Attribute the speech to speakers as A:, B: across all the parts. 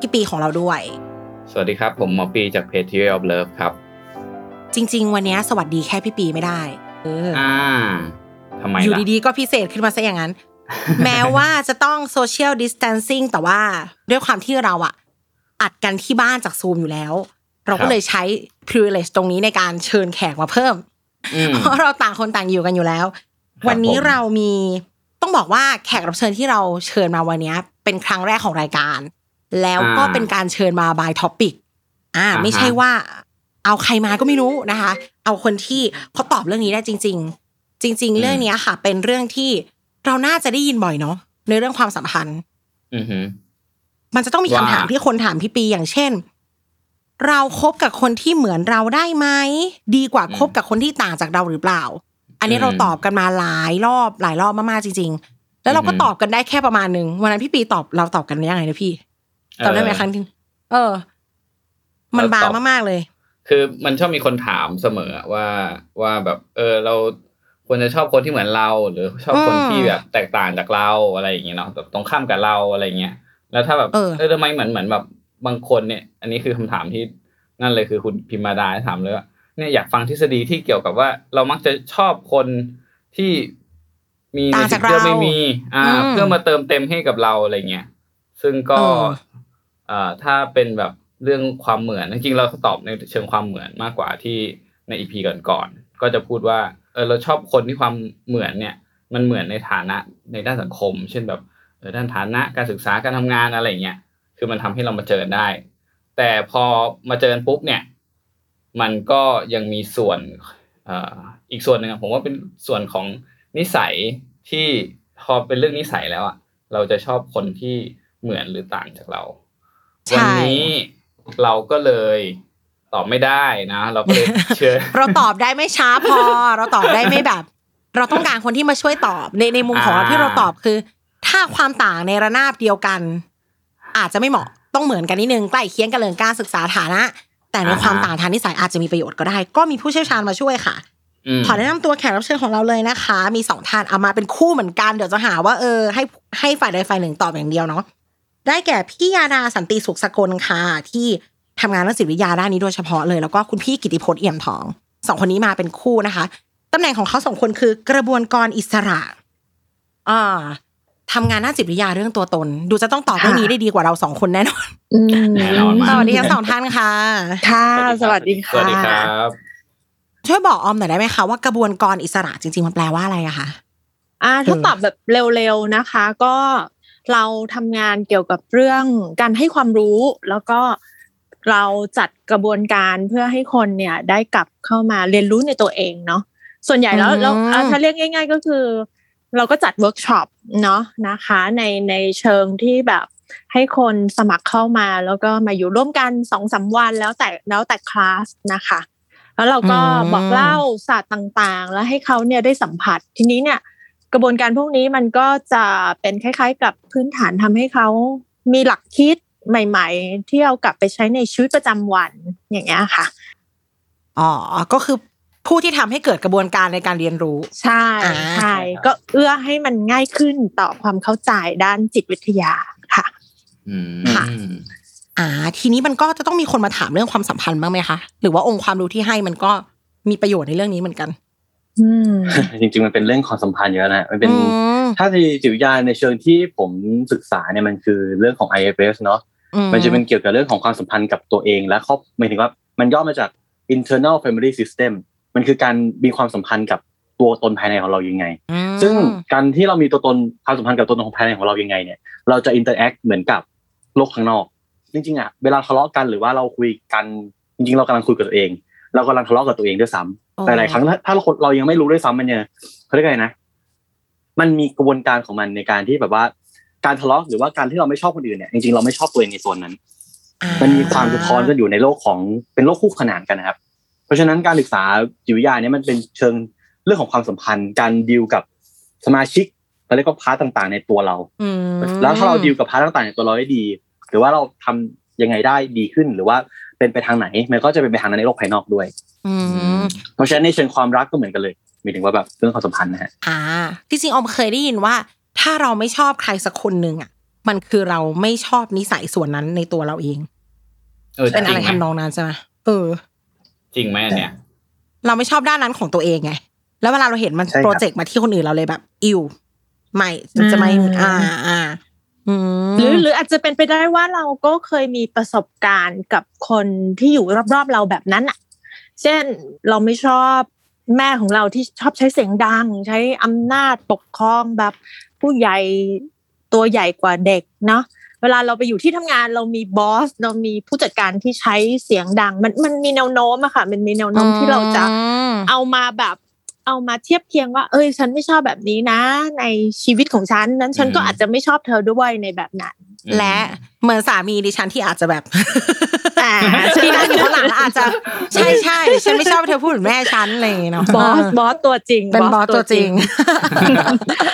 A: พี่ปีของเราด้วย
B: สวัสดีครับ ผมหมอปีจากเพจ Theory of Love ครับ
A: จริง ๆ วันนี้สวัสดีแค่พี่ปีไม่ได้เออ
B: อ่าทำไม
A: อยู่
B: ล่ะ
A: ดีๆ ก็พิเศษขึ้นมาซะอย่าง นั้น แม้ว่าจะต้องโซเชียลดิส a ทนซิ่งแต่ว่าด้วยความที่เราอะอัดกันที่บ้านจากซูมอยู่แล้ว เรา
B: ครั
A: ก็
B: บ
A: เลยใช้ privilege ตรงนี้ในการเชิญแขกมาเพิ่ม
B: อืม
A: เพราะเราต่างคนต่างอยู่กันอยู่แล้ว
B: ครับ
A: วันนี้
B: ผม
A: เรามีต้องบอกว่าแขกรับเชิญที่เราเชิญมาวันนี้เป็นครั้งแรกของรายการ แล้วก็เป็นการเชิญมา by topic อ่า
B: อ่าฮะ
A: ไม่ใช่ว่า เอาใครมาก็ไม่รู้นะคะ เอาคนที่เขาตอบเรื่องนี้ได้จริง ๆ จริง ๆ เรื่องเนี้ยค่ะ เป็นเรื่องที่เราน่าจะได้ยินบ่อยเนาะในเรื่องความสัมพันธ์
B: อือหือ
A: มันจะต้องมีคำถาม
B: ว่า
A: ที่คนถามพี่ปีอย่างเช่น เราคบกับคนที่เหมือนเราได้ไหมดีกว่าคบกับคนที่ต่างจากเราหรือเปล่า อันนี้เราตอบกันมาหลายรอบหลายรอบมากๆจริง ๆ แล้วเราก็ตอบกันได้แค่ประมาณหนึ่งวันนั้นพี่ปีตอบเราตอบกันยังไงนะพี่ตอบได้ไหม
B: เออ
A: ครั้งที่เออ มันบาง
B: เราตอบ
A: มากๆเลย
B: คือมันชอบมีคนถามเสมอว่าว่าแบบ เออ เราควรจะชอบคนที่เหมือนเรา หรือชอบคน
A: อืม
B: ที่แบบแตกต่างจากเราอะไรอย่างเงี้ยเนาะแบบตรงข้ามกับเราอะไรอย่างเงี้ยแล้วถ้าแบบ
A: เออ
B: ทำไมเหมือนเหมือนแบบบางคนเนี่ย อันนี้คือคำถามที่นั่นเลยคือคุณพิมมาดาถามเลยว่าเนี่ยอยากฟังทฤษฎีที่เกี่ยวกับว่า เรามักจะชอบคนที่มีใน
A: ต่าง
B: สิ่
A: จาง ก
B: ที่
A: เรา
B: เราไม่มี อ่า
A: อืม
B: เพื่อมาเติมเต็มให้กับเราอะไรเงี้ย ซึ่งก็
A: เออ
B: เอ่อถ้าเป็นแบบเรื่องความเหมือน จริงๆเราตอบในเชิงความเหมือนมากกว่าที่ในอีพีก่อนๆก็จะพูดว่าเออเราชอบคนที่ความเหมือนเนี่ย มันเหมือนในฐานะในด้านสังคม เช่นแบบเออด้านฐานะการศึกษาการทำงานอะไรเงี้ยคือมันทำให้เรามาเจอได้ แต่พอมาเจอกันปุ๊บเนี่ย มันก็ยังมีส่วน เอ่ออีกส่วนหนึ่งอะผมว่าเป็นส่วนของนิสัยที่พอเป็นเรื่องนิสัยแล้วอะเราจะชอบคนที่เหมือนหรือต่างจากเรา
A: ใช่
B: วันี้เราก็เลยตอบไม่ได้นะ เราก็เลยเชิญ
A: เราตอบได้ไม่ช้าพอ เราตอบได้ไม่แบบ เราต้องการคนที่มาช่วยตอบในในมุมของเรา
B: อ่า
A: ที่เราตอบคือ ถ้าความต่างในระนาบเดียวกัน อาจจะไม่เหมาะต้องเหมือนกันนิดนึงใกล้เคียงกันเรื่องการศึกษาฐานะ แต่ในความต่างทางนิสัยอาจจะมีประโยชน์ก็ได้ ก็มีผู้เชี่ยวชาญมาช่วยค่ะ
B: อืม
A: ขอแนะนำตัวแขกรับเชิญของเราเลยนะคะ มีสองท่านเอามาเป็นคู่เหมือนกันเดี๋ยวจะหาว่าเออให้ให้ฝ่ายใดฝ่ายหนึ่งตอบอย่างเดียวเนาะได้แก่พี่ยาดาสันติสุขสกลค่ะ ที่ทำงานด้านจิตวิทยาด้านนี้โดยเฉพาะเลย แล้วก็คุณพี่กิติพจน์เอี่ยมทองสองคนนี้มาเป็นคู่นะคะตำแหน่งของเขาสองคนคือกระบวนกรอิสระอ่าทำงานด้านจิตวิทยาเรื่องตัวตน ดูจะต้องตอบเรื่องนี้ได้ดีกว่าเราสองคนแน่นอน
C: อืม
B: แน่นอนมาก
A: สวัสดีทั้งสองท่านค่ะ
C: ค่ะ สวัสดี
B: สวั
C: ค่ะ
B: สดีครับ
A: ช่วยบอกออมหน่อยได้ไหมคะว่ากระบวนกรอิสระจริงๆมันแปลว่าอะไรอะคะ
C: อ่าถ้าตอบแบบเร็วๆนะคะ ก็เราทำงานเกี่ยวกับเรื่องการให้ความรู้ แล้วก็เราจัดกระบวนการเพื่อให้คนเนี่ยได้กลับเข้ามาเรียนรู้ในตัวเองเนาะส่วนใหญ่แล้ว
A: อืม
C: แล้วอ่าถ้าเรียกง่าย ๆ ก็คือ เราก็จัดเวิร์กช็อปเนาะนะคะในในเชิงที่แบบให้คนสมัครเข้ามาแล้วก็มาอยู่ร่วมกันสองสามวันแล้วแต่แล้วแต่คลาสนะคะ แล้วเราก็
A: อืม
C: บอกเล่าศาสตร์ต่างๆ แล้วให้เขาเนี่ยได้สัมผัส ทีนี้เนี่ยกระบวนการพวกนี้มันก็จะเป็นคล้ายๆ กับพื้นฐานทำให้เขามีหลักคิดใหม่ๆ ที่เอากลับไปใช้ในชีวิตประจำวันอย่างเงี้ยค่ะ
A: อ๋อ ก็คือ ผู้ที่ทำให้เกิดกระบวนการในการเรียนรู้
C: ใช่
A: อ่า
C: ใช่
B: ครับ
C: ก็เอื้อให้มันง่ายขึ้นต่อความเข้าใจด้านจิตวิทยาค่ะ
B: อืม
A: ค่ะ อ่า ทีนี้มันก็จะต้องมีคนมาถามเรื่องความสัมพันธ์บ้างไหมคะหรือว่าองค์ความรู้ที่ให้มันก็มีประโยชน์ในเรื่องนี้เหมือนกัน
C: อืม
D: จริง ๆ มันเป็นเรื่องความสัมพันธ์อยู่แล้วนะฮะมันเป็น
A: อืม
D: ถ้าในจิตวิทยาในเชิงที่ผมศึกษาเนี่ยมันคือเรื่องของ IFS เนาะ
A: อื
D: มันจะเป็นเกี่ยวกับเรื่องของความสัมพันธ์กับตัวเองและครอบหมายถึงว่ามันย่อมาจาก internal family system มันคือการมีความสัมพันธ์กับตัวตนภายในของเรายังไง ซึ่งการที่เรามีตัวตนความสัมพันธ์กับตัวตนของภายในของเรายังไงเนี่ยเราจะ interact เหมือนกับโลกข้างนอก จริงๆอ่ะเวลาทะเลาะกันหรือว่าเราคุยกันจริงๆ เรากำลังคุยกับตัวเอง เรากำลังทะเลาะกับตัวเองด้วยซ้
A: อ๋อ
D: ำแต่หลายครั้งถ้าถ้าเราคนเรายังไม่รู้ด้วยซ้ำมันเนี่ยเขาเรียกไงนะ มันมีกระบวนการของมันในการที่แบบว่า การทะเลาะหรือว่าการที่เราไม่ชอบคนอื่นเนี่ยจริงๆเราไม่ชอบตัวเองในโซนนั้น
A: อ่
D: มันมีความสะท้อนกันอยู่ในโลกของเป็นโลกคู่ขนานกันนะครับ เพราะฉะนั้นการศึกษาจิตวิทยาเนี่ยมันเป็นเชิงเรื่องของความสัมพันธ์ การดีลกับสมาชิกแล้วก็พาร์ทต่างๆ ในตัวเรา
A: อืม
D: แล้วถ้าเราดีลกับพาร์ทต่างๆในตัวเราได้ดี หรือว่าเราทำยังไงได้ดีขึ้น หรือว่าเป็นไปทางไหนมันก็จะเป็นไปทางนั้นในโลกภายนอกด้วย
A: อืม
D: เพราะฉะนั้นในเชิงความรักก็เหมือนกันเลยหมายถึงว่าแบบเรื่องความสัมพันธ์นะฮะ
A: อ่าที่จริงออมเคยได้ยินว่า ถ้าเราไม่ชอบใครสักคนหนึ่งอ่ะ มันคือเราไม่ชอบนิสัยส่วนนั้นในตัวเราเอง
B: เออจ
A: เป็น
B: ริ
A: อะไร
B: งไหม
A: ทำนองนั้นใช่ไหมเออ
B: จริงไหมอันเนี่ย
A: เราไม่ชอบด้านนั้นของตัวเองไง แล้วเวลาเราเห็นมันโปรเจกต์มาที่คนอื่นเราเลยแบบอิวไม่จะไม่
C: อ่า
A: อ่าอ่าอืม
C: หรือหรืออาจจะเป็นไปได้ว่าเราก็เคยมีประสบการณ์กับคนที่อยู่รอบๆเราแบบนั้นอ่ะ เช่นเราไม่ชอบแม่ของเราที่ชอบใช้เสียงดัง ใช้อำนาจปกครองแบบผู้ใหญ่ตัวใหญ่กว่าเด็กเนาะเวลาเราไปอยู่ที่ทำงานเรามีบอสเรามีผู้จัดการที่ใช้เสียงดัง มันมันมีแนวโน้มอะค่ะ มันมีแนวโน้มที่เราจะ
A: ม
C: เอามาแบบเอามาเทียบเคียงว่า เอ้ย ฉันไม่ชอบแบบนี้นะ ในชีวิตของฉันนั้นฉันก็
B: อืม
C: อาจจะไม่ชอบเธอด้วยในแบบนั้น
A: และเหมือนสามีดิฉันที่อาจจะแบบ
C: อ่า
A: ที่นั่งอยู่ข้างหลังแล้วอาจ จะ ใช่ใช่ฉันไม่ชอบเธอพูดเหมือนแม่ฉันอะไรอย่างเงี้ยเนาะ
C: บอสบอสตัวจริง
A: เป็นบอสตัวจริง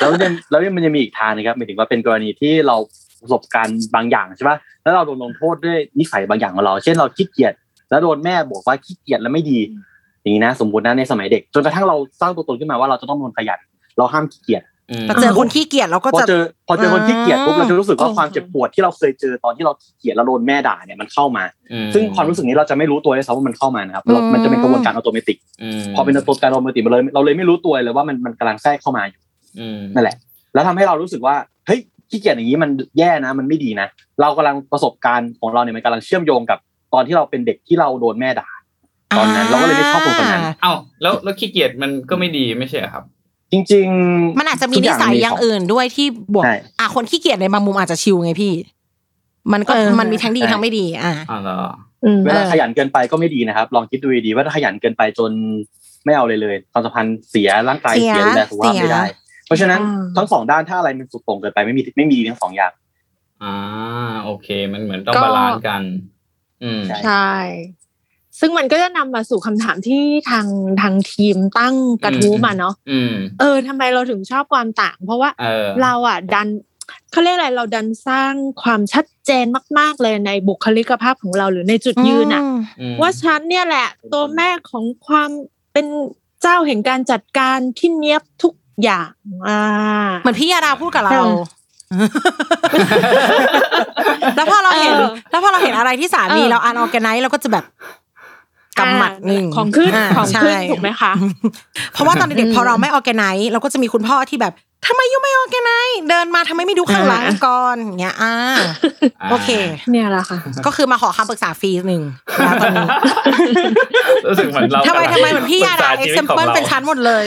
D: แล้วยังแล้วยังมันจะมีอีกทางนะครับหมายถึงว่าเป็นกรณีที่เราประสบการณ์บางอย่างใช่ป่ะแล้วเราโดนลงโทษด้วยนิสัยบางอย่างของเรา เช่นเราขี้เกียจ แล้วโดนแม่บอกว่าขี้เกียจแล้วไม่ดีอย่างนี้นะ สมมตินะในสมัยเด็ก จนกระทั่งเราสร้างตัวตนขึ้นมาว่าเราจะต้องเป็นคนขยันเราห้ามขี้เกียจ
B: ม
A: เราเจอคนขี้เกียจเราก็
D: พอ
A: จะ
D: เจอพอเจอคนขี้เกียจปุ๊บ
A: อืม
D: เราจะรู้สึกว่าความเจ็บปวดที่เราเคยเจอตอนที่เราขี้เกียจแล้วโดนแม่ด่าเนี่ยมันเข้ามา ซึ่งความรู้สึกนี้เราจะไม่รู้ตัวเลยซ้ำว่ามันเข้ามานะครับเรามันจะเป็นกระบวนการอัตโนมัติพอเป็นอัตโนมัติการอัตโนมัติมันเลยเราเลยไม่รู้ตัวเลยว่ามันมันกำลังแทรกเข้ามาอยู่ นั่นแหละ แล้วทำให้เรารู้สึกว่า เฮ้ย ขี้เกียจอย่างนี้มันแย่นะ มันไม่ดีนะ เรากำลังประสบการณ์ของเราเนี่ยมันกำลังเชื่อมโยงกับตอนที่เราเป็นเด็กที่เราโดนแม่ด่า ตอนนั้นเราก็เลยไม่ชอบคนคนนั้น
B: เอ้าแล้วแล้วขี้เกียจมันก็ไม่ดีไม่ใช่เหรอครับ
D: จริงๆ
A: มันอาจจะมีนิสัยอย่าง
D: ทุก
A: อื่นด้วยที่บวก
D: ใช่
A: อ่ะคนขี้เกียจในบางมุมอาจจะชิลไงพี่ มันก็
C: เออ
A: มันมีทั้งดี
D: ใช่
A: ทั้งไม่ดีอ่ะ
B: อ๋อเหรอ
C: อืม
D: เวลา
A: เออ
D: ขยันเกินไปก็ไม่ดีนะครับ ลองคิดดูดีๆว่าถ้าขยันเกินไปจนไม่เอาเลยเลยความสัมพันธ์เสียร่างกายเสียดูแลสุขภาพไม่ได้ เพราะฉะนั้นทั้งสองด้านถ้าอะไรมันสุดโต่งเกินไปไม่มีไม่มีทั้งสองอย่าง
B: อ่าโอเค มันเหมือนต้องบาลานซ์กัน อืม
D: ใช่
C: ใช่ ซึ่งมันก็จะนำมาสู่คำถามที่ทางทางทีมตั้งกระทู้
B: อืม
C: มาเนาะ
B: อืม
C: เออทำไมเราถึงชอบความต่าง เพราะว่า
B: เออ
C: เราอ่ะดันเขาเรียกอะไรเราดันสร้างความชัดเจนมาก ๆ เลยในบุคลิกภาพของเราหรือในจุดยืนอ่ะ
A: ม
C: ว่าฉันเนี่ยแหละ ตัวแม่ของความเป็นเจ้าแห่งการจัดการที่เนี้ยบทุกอย่างอ่า
A: เหมือนพี่ยาดาพูดกับ
C: ใช่
A: เรา แล้วพอเราเห็น
C: เออ
A: แล้วพอเราเห็นอะไรที่สามี
C: เออ
A: เราอันออแกไนเราก็จะแบบกำหมัดหนึ่ง
C: ของขึ้น
A: า
C: ของขึ้น
A: ใช่
C: ถูกไหมคะ
A: เพราะว่าตอนเด็ก
C: อื
A: ๆ
C: ม
A: พอเราไม่ออแกไนเราก็จะมีคุณพ่อที่แบบทำไมยูไม่ออแกไนเดินมาทำไมไม่ดูข้างหลัง
C: อ่า
A: ก่อนอย่างเงี้ยอ่า โอเค
C: เนี่ยแหละค่ะ
A: ก็คือมาขอคำปรึกษาฟรีหนึ่งนะตอนนี้
B: รู้สึกเหมือนเรา
A: ทำไมทำไมเหมือนพี่ยาดา
B: ป
A: เอ็
B: รึก
A: ก
B: ษ
A: เซม
B: ชีวิตข
A: เปิ
B: อง
A: ล
B: รา
A: เป็นชั้นหมดเลย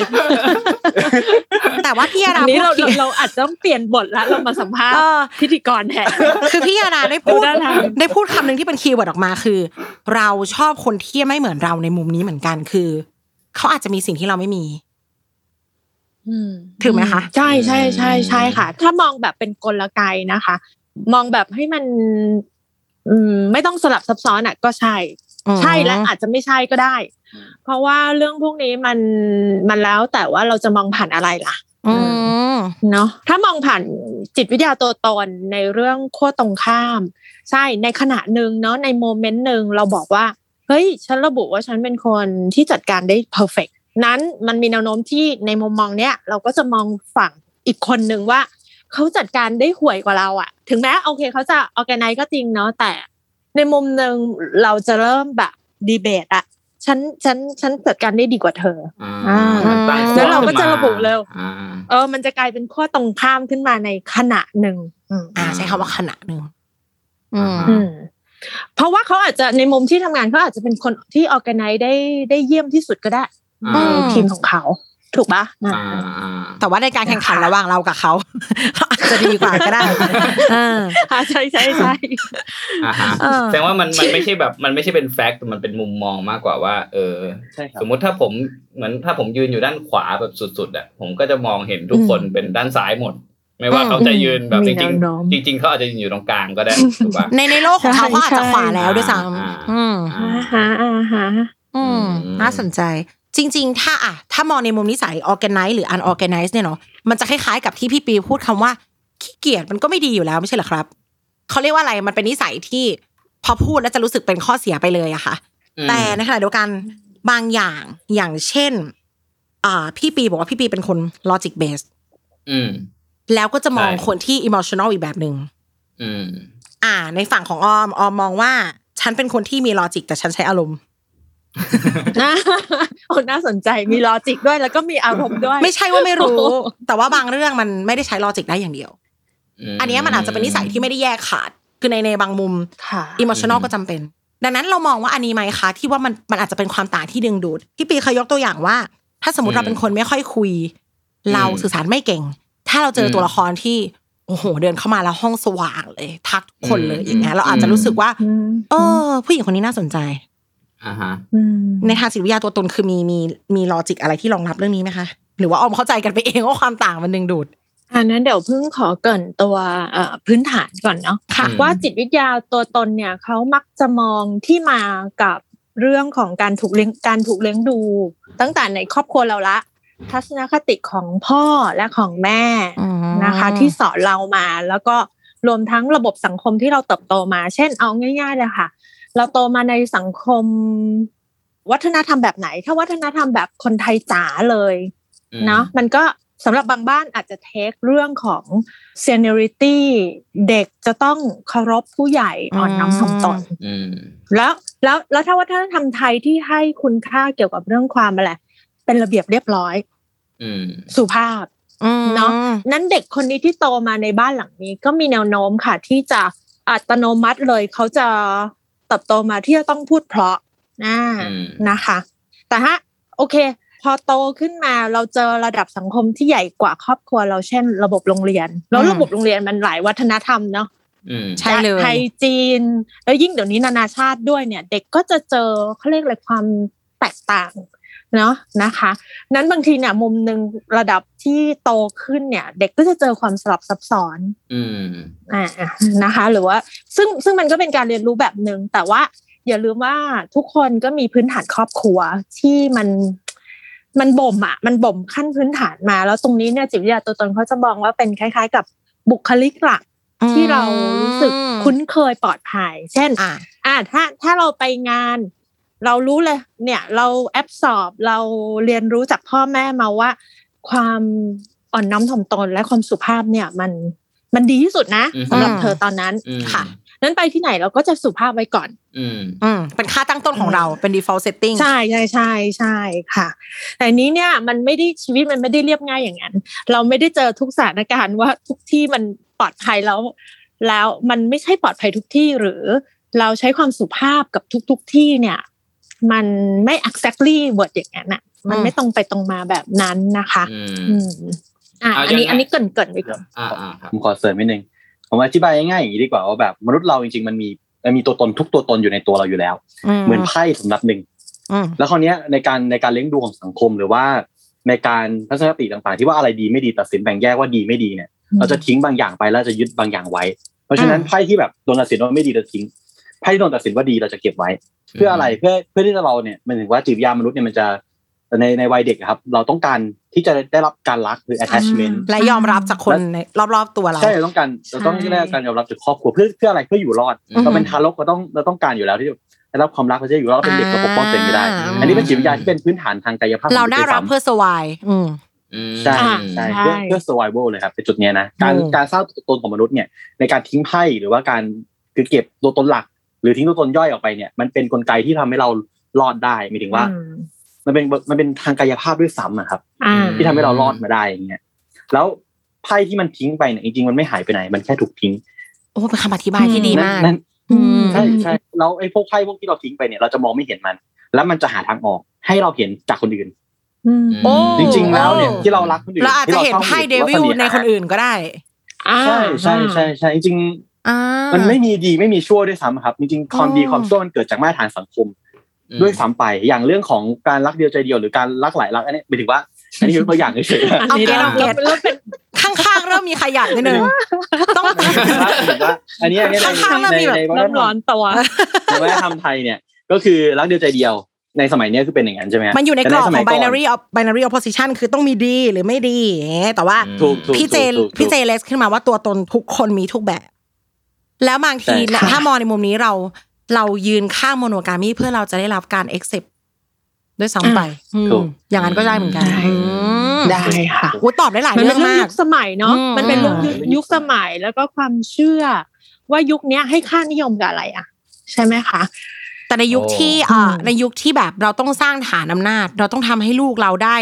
A: แต่ว่าพี่ยาดา
C: อันนี้
A: พู
C: เรา
A: ดผิ
C: เรา
A: ด
C: เราอาจจะต้องเปลี่ยนบทละเรามาสัมภาษ
A: เอ
C: ณ์
A: อ
C: พิธีกรแทน
A: คือพี่ยาดาได้พูด
C: ดูด้านหลัง
A: ได้พูดคำหนึ่งที่เป็นคีย์เวิร์ดออกมาคือ เราชอบคนที่ไม่เหมือนเราในมุมนี้เหมือนกันคือ เขาอาจจะมีสิ่งที่เราไม่มี ถูกไหมคะ
C: ใช่ใช่ใช่ใช่ค่ะ ถ้ามองแบบเป็นกลไกนะคะ มองแบบให้มัน อืม ไม่ต้องสลับซับซ้อนอ่ะ ก็ใช่ ใช่และอาจจะไม่ใช่ก็ได้ เพราะว่าเรื่องพวกนี้มันมันแล้วแต่ว่าเราจะมองผ่านอะไรล่ะ
A: อืม
C: เนาะถ้ามองผ่านจิตวิทยาตัวตนในเรื่องขั้วตรงข้าม ใช่ในขณะหนึ่งเนาะในโมเมนต์หนึ่งเราบอกว่า เฮ้ยฉันระบุว่าฉันเป็นคนที่จัดการได้เพอร์เฟกนั้นมันมีแนวโน้มที่ในมุมมองเนี้ยเราก็จะมองฝั่งอีกคนหนึ่งว่าเขาจัดการได้ห่วยกว่าเราอะถึงแม้โอเคเขาจะออแกไนก็จริงเนาะแต่ ในมุมหนึ่งเราจะเริ่มแบบดีเบตอะฉันฉันฉันจัดการได้ดีกว่าเธอ
B: อ่า
C: อ่า
B: ตั้งตัว
C: แล้เราก็จะ
B: ขึ้นม
C: ระบุเร็ว
B: อ่า
C: เออ มันจะกลายเป็นข้อตรงข้ามขึ้นมาในขณะหนึ่งอืม
A: อ่าใช้คำว่าขณะหนึ่ง
B: อืม
C: อืมเพราะว่าเขาอาจจะในมุมที่ทำงานเขาอาจจะเป็นคนที่ออแกไนได้ได้เยี่ยมที่สุดก็ได้
B: อ่า
C: ในทีมของเขา ถูกปะนะ
B: อ่าอ่า
A: แต่ว่าในการแข่งขันระหว่างเรากับเขา อาจจะดีกว่าก็ได้อ่า
C: อ่าใช่ใช่ใช่
B: อ่าฮะ
A: เออ
B: แสดงว่ามันมันไม่ใช่แบบมันไม่ใช่เป็นแฟกต์มันเป็นมุมมองมากกว่าว่า เออ
D: ใช่ครับ
B: สมมติถ้าผมเหมือนถ้าผมยืนอยู่ด้านขวาแบบสุดๆอ่ะผมก็จะมองเห็นทุกคนเป็นด้านซ้ายหมด ไม่ว่าเขาจะยืนแบบ
C: มี
B: จ
C: แน
B: ริง
C: วโน้ม
B: ๆจริง ๆเขาอาจจะยืนอยู่ตรงกลางก็ได้ถูกปะ
A: ในในโลกของเขาเขาอาจจะขวาแล้วด้วยซ้
B: อ่า
A: ำอืม
B: อ่า
C: อ่าอ่าฮะ
A: อืม
B: อืม
A: น่าสนใจ จริง ๆ ถ้าอ่ะถ้ามองในมุมนิสัย organize หรือ unorganize เนี่ยเนาะมันจะคล้ายๆกับที่พี่ปีพูดคำว่าขี้เกียจมันก็ไม่ดีอยู่แล้วไม่ใช่เหรอครับเขาเรียกว่าอะไรมันเป็นนิสัยที่พอพูดแล้วจะรู้สึกเป็นข้อเสียไปเลยอะค่ะ แต่ในขณะเดียวกันบางอย่างอย่างเช่น อ่า พี่ปีบอกว่าพี่ปีเป็นคน logic based
B: อืม
A: แล้วก็จะมอง
B: ใช่
A: คนที่ emotional อีกแบบหนึ่ง
B: อืม
A: อ่า ในฝั่งของออมออมมองว่า ฉันเป็นคนที่มีลอจิกแต่ฉันใช้อารมณ์
C: น่าโอ้น่าสนใจมีลอจิกด้วยแล้วก็มีอารมณ์ด้วย
A: ไม่ใช่ว่าไม่รู้ แต่ว่าบางเรื่องมันไม่ได้ใช้ลอจิกได้อย่างเดียว อันเนี้ยมันอาจจะเป็นนิสัยที่ไม่ได้แยกขาด คือในในบางมุม
C: ค่ะ
A: อิมมชั่นอล
B: อืม
A: ก็จำเป็น ดังนั้นเรามองว่าอันนี้ไหมคะที่ว่ามันมันอาจจะเป็นความต่างที่ดึงดูดพี่ปีเคยยกตัวอย่างว่า ถ้าสมมติเราเป็นคนไม่ค่อยคุย เราสื่อสารไม่เก่ง ถ้าเราเจอตัวละครที่โอ้โหเดินเข้ามาแล้วห้องสว่างเลย ทักทุกคนเลยอย่างเงี้ยเราอาจจะรู้สึกว่า
C: อืม
A: เออผู้หญิงคนนี้น่าสนใจ
B: อ่าฮะ
C: อืม
A: ในทางจิตวิทยาตัวตนคือมีมีมีลอจิกอะไรที่รองรับเรื่องนี้ไหมคะหรือว่าออมเข้าใจกันไปเองว่าความต่างมันดึงดูด
C: อันนั้นเดี๋ยวเพิ่งขอเกรินตัวเอ่อพื้นฐานก่อนเนาะ
B: ค่ะ
C: ว่าจิตวิทยาตัวตนเนี่ยเขามักจะมองที่มากับเรื่องของการถูกเลี้ยงการถูกเลี้ยงดู ตั้งแต่ในครอบครัวเราละ ทัศนคติของพ่อและของแม่นะคะที่สอนเรามา แล้วก็รวมทั้งระบบสังคมที่เราเติบโตมา เช่นเอาง่ายๆเลยค่ะ เราโตมาในสังคม วัฒนธรรมแบบไหน ถ้าวัฒนธรรมแบบคนไทยจ๋าเลย
B: อืม
C: เนาะมันก็สำหรับบางบ้านอาจจะเทคเรื่องของ seniority เด็กจะต้องเคารพผู้ใหญ่อ่อนน้อมถ่อมตน
B: อืม
C: แล้วแล้วแล้วถ้าวัฒนธรรมไทยที่ให้คุณค่าเกี่ยวกับเรื่องความอะไรเป็นระเบียบเรียบร้อย
B: อืม
C: สุภาพ
A: อืม
C: เนาะ นั้นเด็กคนนี้ที่โตมาในบ้านหลังนี้ ก็มีแนวโน้มค่ะ ที่จะอัตโนมัติเลยเขาจะเติบโตมาที่จะต้องพูดเพราะนะ
B: อืม
C: นะคะ แต่ฮะโอเค พอโตขึ้นมาเราเจอระดับสังคมที่ใหญ่กว่าครอบครัวเราเช่น ระบบโรงเรียน แล้วระบบโรงเรียนมันหลายวัฒนธรรมเนาะ
B: อืม
A: ใช่เลย
C: ไทยจีน แล้วยิ่งเดี๋ยวนี้นานาชาติด้วยเนี่ย เด็กก็จะเจอเขาเรียกอะไรความแตกต่างเนาะนะคะ นั้นบางทีเนี่ยมุมหนึ่งระดับที่โตขึ้นเนี่ย เด็กก็จะเจอความสลับซับซ้อน
B: อืม
C: อ่านะคะหรือว่าซึ่งซึ่งมันก็เป็นการเรียนรู้แบบหนึ่งแต่ว่าอย่าลืมว่าทุกคนก็มีพื้นฐานครอบครัวที่มันมันบ่มอ่ะมันบ่มขั้นพื้นฐานมา แล้วตรงนี้เนี่ยจิตวิทยาตัวตนเขาจะมองว่าเป็นคล้าย ๆ กับบุคลิกหลักที่เรารู้สึกคุ้นเคยปลอดภัย เช่น
A: อ่ะ
C: อ่าถ้าถ้าเราไปงาน เรารู้เลย เนี่ย เราแอบสอบเราเรียนรู้จากพ่อแม่มาว่า ความอ่อนน้อมถ่อมตนและความสุภาพเนี่ยมันมันดีที่สุดนะ
B: อืม
C: สำหรับ
A: อืม
C: เธอตอนนั้น
B: อืม
A: ค่ะ
C: นั้นไปที่ไหนเราก็จะสุภาพไว้ก่อน
B: อืม
A: อืมเป็นค่าตั้งต้นของเราเป็น default setting
C: ใช่ใช่ใช่ใช่ค่ะ แต่อันนี้เนี่ยมันไม่ได้ชีวิตมันไม่ได้เรียบง่ายอย่างนั้น เราไม่ได้เจอทุกสถานการณ์ว่าทุกที่มันปลอดภัยแล้ว แล้วมันไม่ใช่ปลอดภัยทุกที่หรือเราใช้ความสุภาพกับทุก ๆที่เนี่ย มันไม่ exactly word อย่างนั้นอ่ะ มันไม่ตรงไปตรงมาแบบนั้นนะคะ
B: อื
C: อื
B: ม
C: มอ่ะ
B: เอา
C: อันนี้
B: ยังไง
C: อันนี้เกรินเกรินไปก่อน
B: อ่าอ่าครับ
D: ผมขอเสริมนิดนึงผมอธิบายง่ายๆอย่างนี้ดีกว่าว่าแบบมนุษย์เราจริงๆมันมีมันมีตัวตนทุกตัวตนอยู่ในตัวเราอยู่แล้ว เหมือนไพ่สำรับหนึ่ง
A: อืม
D: แล้วคราวเนี้ยในการในการเลี้ยงดูของสังคมหรือว่า ในการทัศนคติต่างๆ ที่ว่าอะไรดีไม่ดีตัดสินแบ่งแยกว่าดีไม่ดีเนี่ยเราจะทิ้งบางอย่างไปแล้วจะยึดบางอย่างไว้ เพราะฉะนั้นไพ่ที่แบบโดนตัดสินว่าไม่ดีเราทิ้งไพ่ที่โดนตัดสินว่าดีเราจะเก็บไว้ เพื่ออะไรเพื่อเพื่อที่เราเนี่ยมันถึงว่าจิตวิทยามนุษย์เนี่ยมันจะในในวัยเด็กอะครับ เราต้องการที่จะได้รับการรักหรือ attachment
A: และยอมรับจากคนในรอบๆตัวเรา
D: ใช่เราต้องการเราต้องได้รับการยอมรับจากครอบครัวเพื่อเพื่ออะไรเพื่ออยู่รอด
B: อืม
D: เราเป็นทารกเราต้องเราต้องการอยู่แล้วที่ ได้รับความรักเราจะอยู่รอดเป็นเด็กเราปกป้องตัวเองไม่ได้
A: อ่า
D: อันนี้เป็นจิตวิทยาที่เป็นพื้นฐานทางกายภาพ
A: เราน่ารัก
D: ของม
A: เพื่
D: ษ
A: อสวายอืม
B: อืม
D: ใช่
C: อ่า
D: ใช่
C: ใช่
D: เพื่อเพื่อ survival เลยครับในจุดเนี้ยนะการ
A: อืม
D: การสร้างตัวตนของมนุษย์เนี่ยในการทิ้งไพ่หรือว่าการคือเก็บตัวตนหลัก หรือทิ้งตัวตนย่อยออกไปเนี่ยมันเป็นกลไกที่ทำให้เรารอดได้หมายถึงว่า
C: อืม
D: มันเป็นมันเป็นทางกายภาพด้วยซ้ำอะครับ
C: อ่า
D: ที่ทำให้เรารอดมาได้อย่างเงี้ยแล้วไพ่ที่มันทิ้งไปเนี่ยจริงๆมันไม่หายไปไหน มันแค่ถูกทิ้ง
A: โอ้เป็นคำอธิบายที่ดี
D: นั่น
A: มาก
D: นั่น
A: อืม
D: ใช่ใช่แล้วไอ้พวกไพ่พวกที่เราทิ้งไปเนี่ยเราจะมองไม่เห็นมัน แล้วมันจะหาทางออกให้เราเห็นจากคนอื่น
C: อืม
B: โอ้
D: จริง ๆ แล้วเนี่ย
A: โอ้
D: ที่เรารักคนอื่น
A: เราอาจจะเห็นไพ่เดวิลในคนอื่นก็ได้
C: อ่า
D: ใช่ใช่ใช่ใช่จริง
A: อ่า
D: ๆ
A: มั
D: มันไม่มีดีไม่มีชั่วด้วยซ้ำครับ จริงๆความดี
A: อ๋อ
D: ความชั่วมันเกิดจากมาตรฐานสังคม ด้วยซ้ำไปอย่างเรื่องของการรักเดียวใจเดียวหรือการรักหลายรักอันนี้หมายถึงว่าอันนี้ยกตัวอย่างเฉยๆ
C: อันนี้เรา
A: เอาเกรด
C: เราเป็น
A: ข้างๆเริ่มมีขยะนิด นึงต้อง
D: อันนี้อันนี้ใน
A: ข้างๆเริ่ม
D: ใน
A: มีแบบ
D: ในวัฒน
C: เริ่ม
D: ธร
C: ร้
D: ร
C: อ
D: ม
C: นตัว
D: ในวัฒนธรรมไทยเนี่ยก็คือรักเดียวใจเดียวในสมัยเนี้ยคือเป็นอย่างนั้นใช่ไหมฮะ
A: มันอยู่ใน
D: แต่
A: กรอบ
D: ส
A: ข
D: มั
A: อย ง binary of binary opposition คือต้องมีดีหรือไม่ดีอย่างเงี้ยแต่ว่า
D: ถูกถูก
A: พี่เจ
D: ถูกถูก
A: พี่เจเลสขึ้นมาว่าตัวตนทุกคนมีทุกแบบ แล้วบางที
D: ใช่
A: นะ
D: ค่ะ
A: ถ้ามองในมุมนี้เรา เรายืนข้างโมโนกามีเพื่อเราจะได้รับการ accept ด้วยซ้ำไปอืมอย่างนั้นก็ได้เหมือนกัน
C: ได้
A: อืม
C: ได้ค่ะ
A: อู้ตอบได้หลาย
C: มัน
A: เรื่
C: เป็
A: อน ง
C: เรื่อง
A: มา
C: ยุ
A: ก
C: คสมัยเนาะ
A: อืม
C: มันเป็นเรื่องยุค
D: อืม
C: ยุคสมัยแล้วก็ความเชื่อ ว่ายุคเนี้ยให้ค่านิยมกับอะไรอ่ะ ใช่ไหมคะ
A: แต่ในยุค
B: โอ้
A: ที่เอ่ออ
C: ม
A: ในยุคที่แบบเราต้องสร้างฐานอำนาจ เราต้องทำให้ลูกเราได้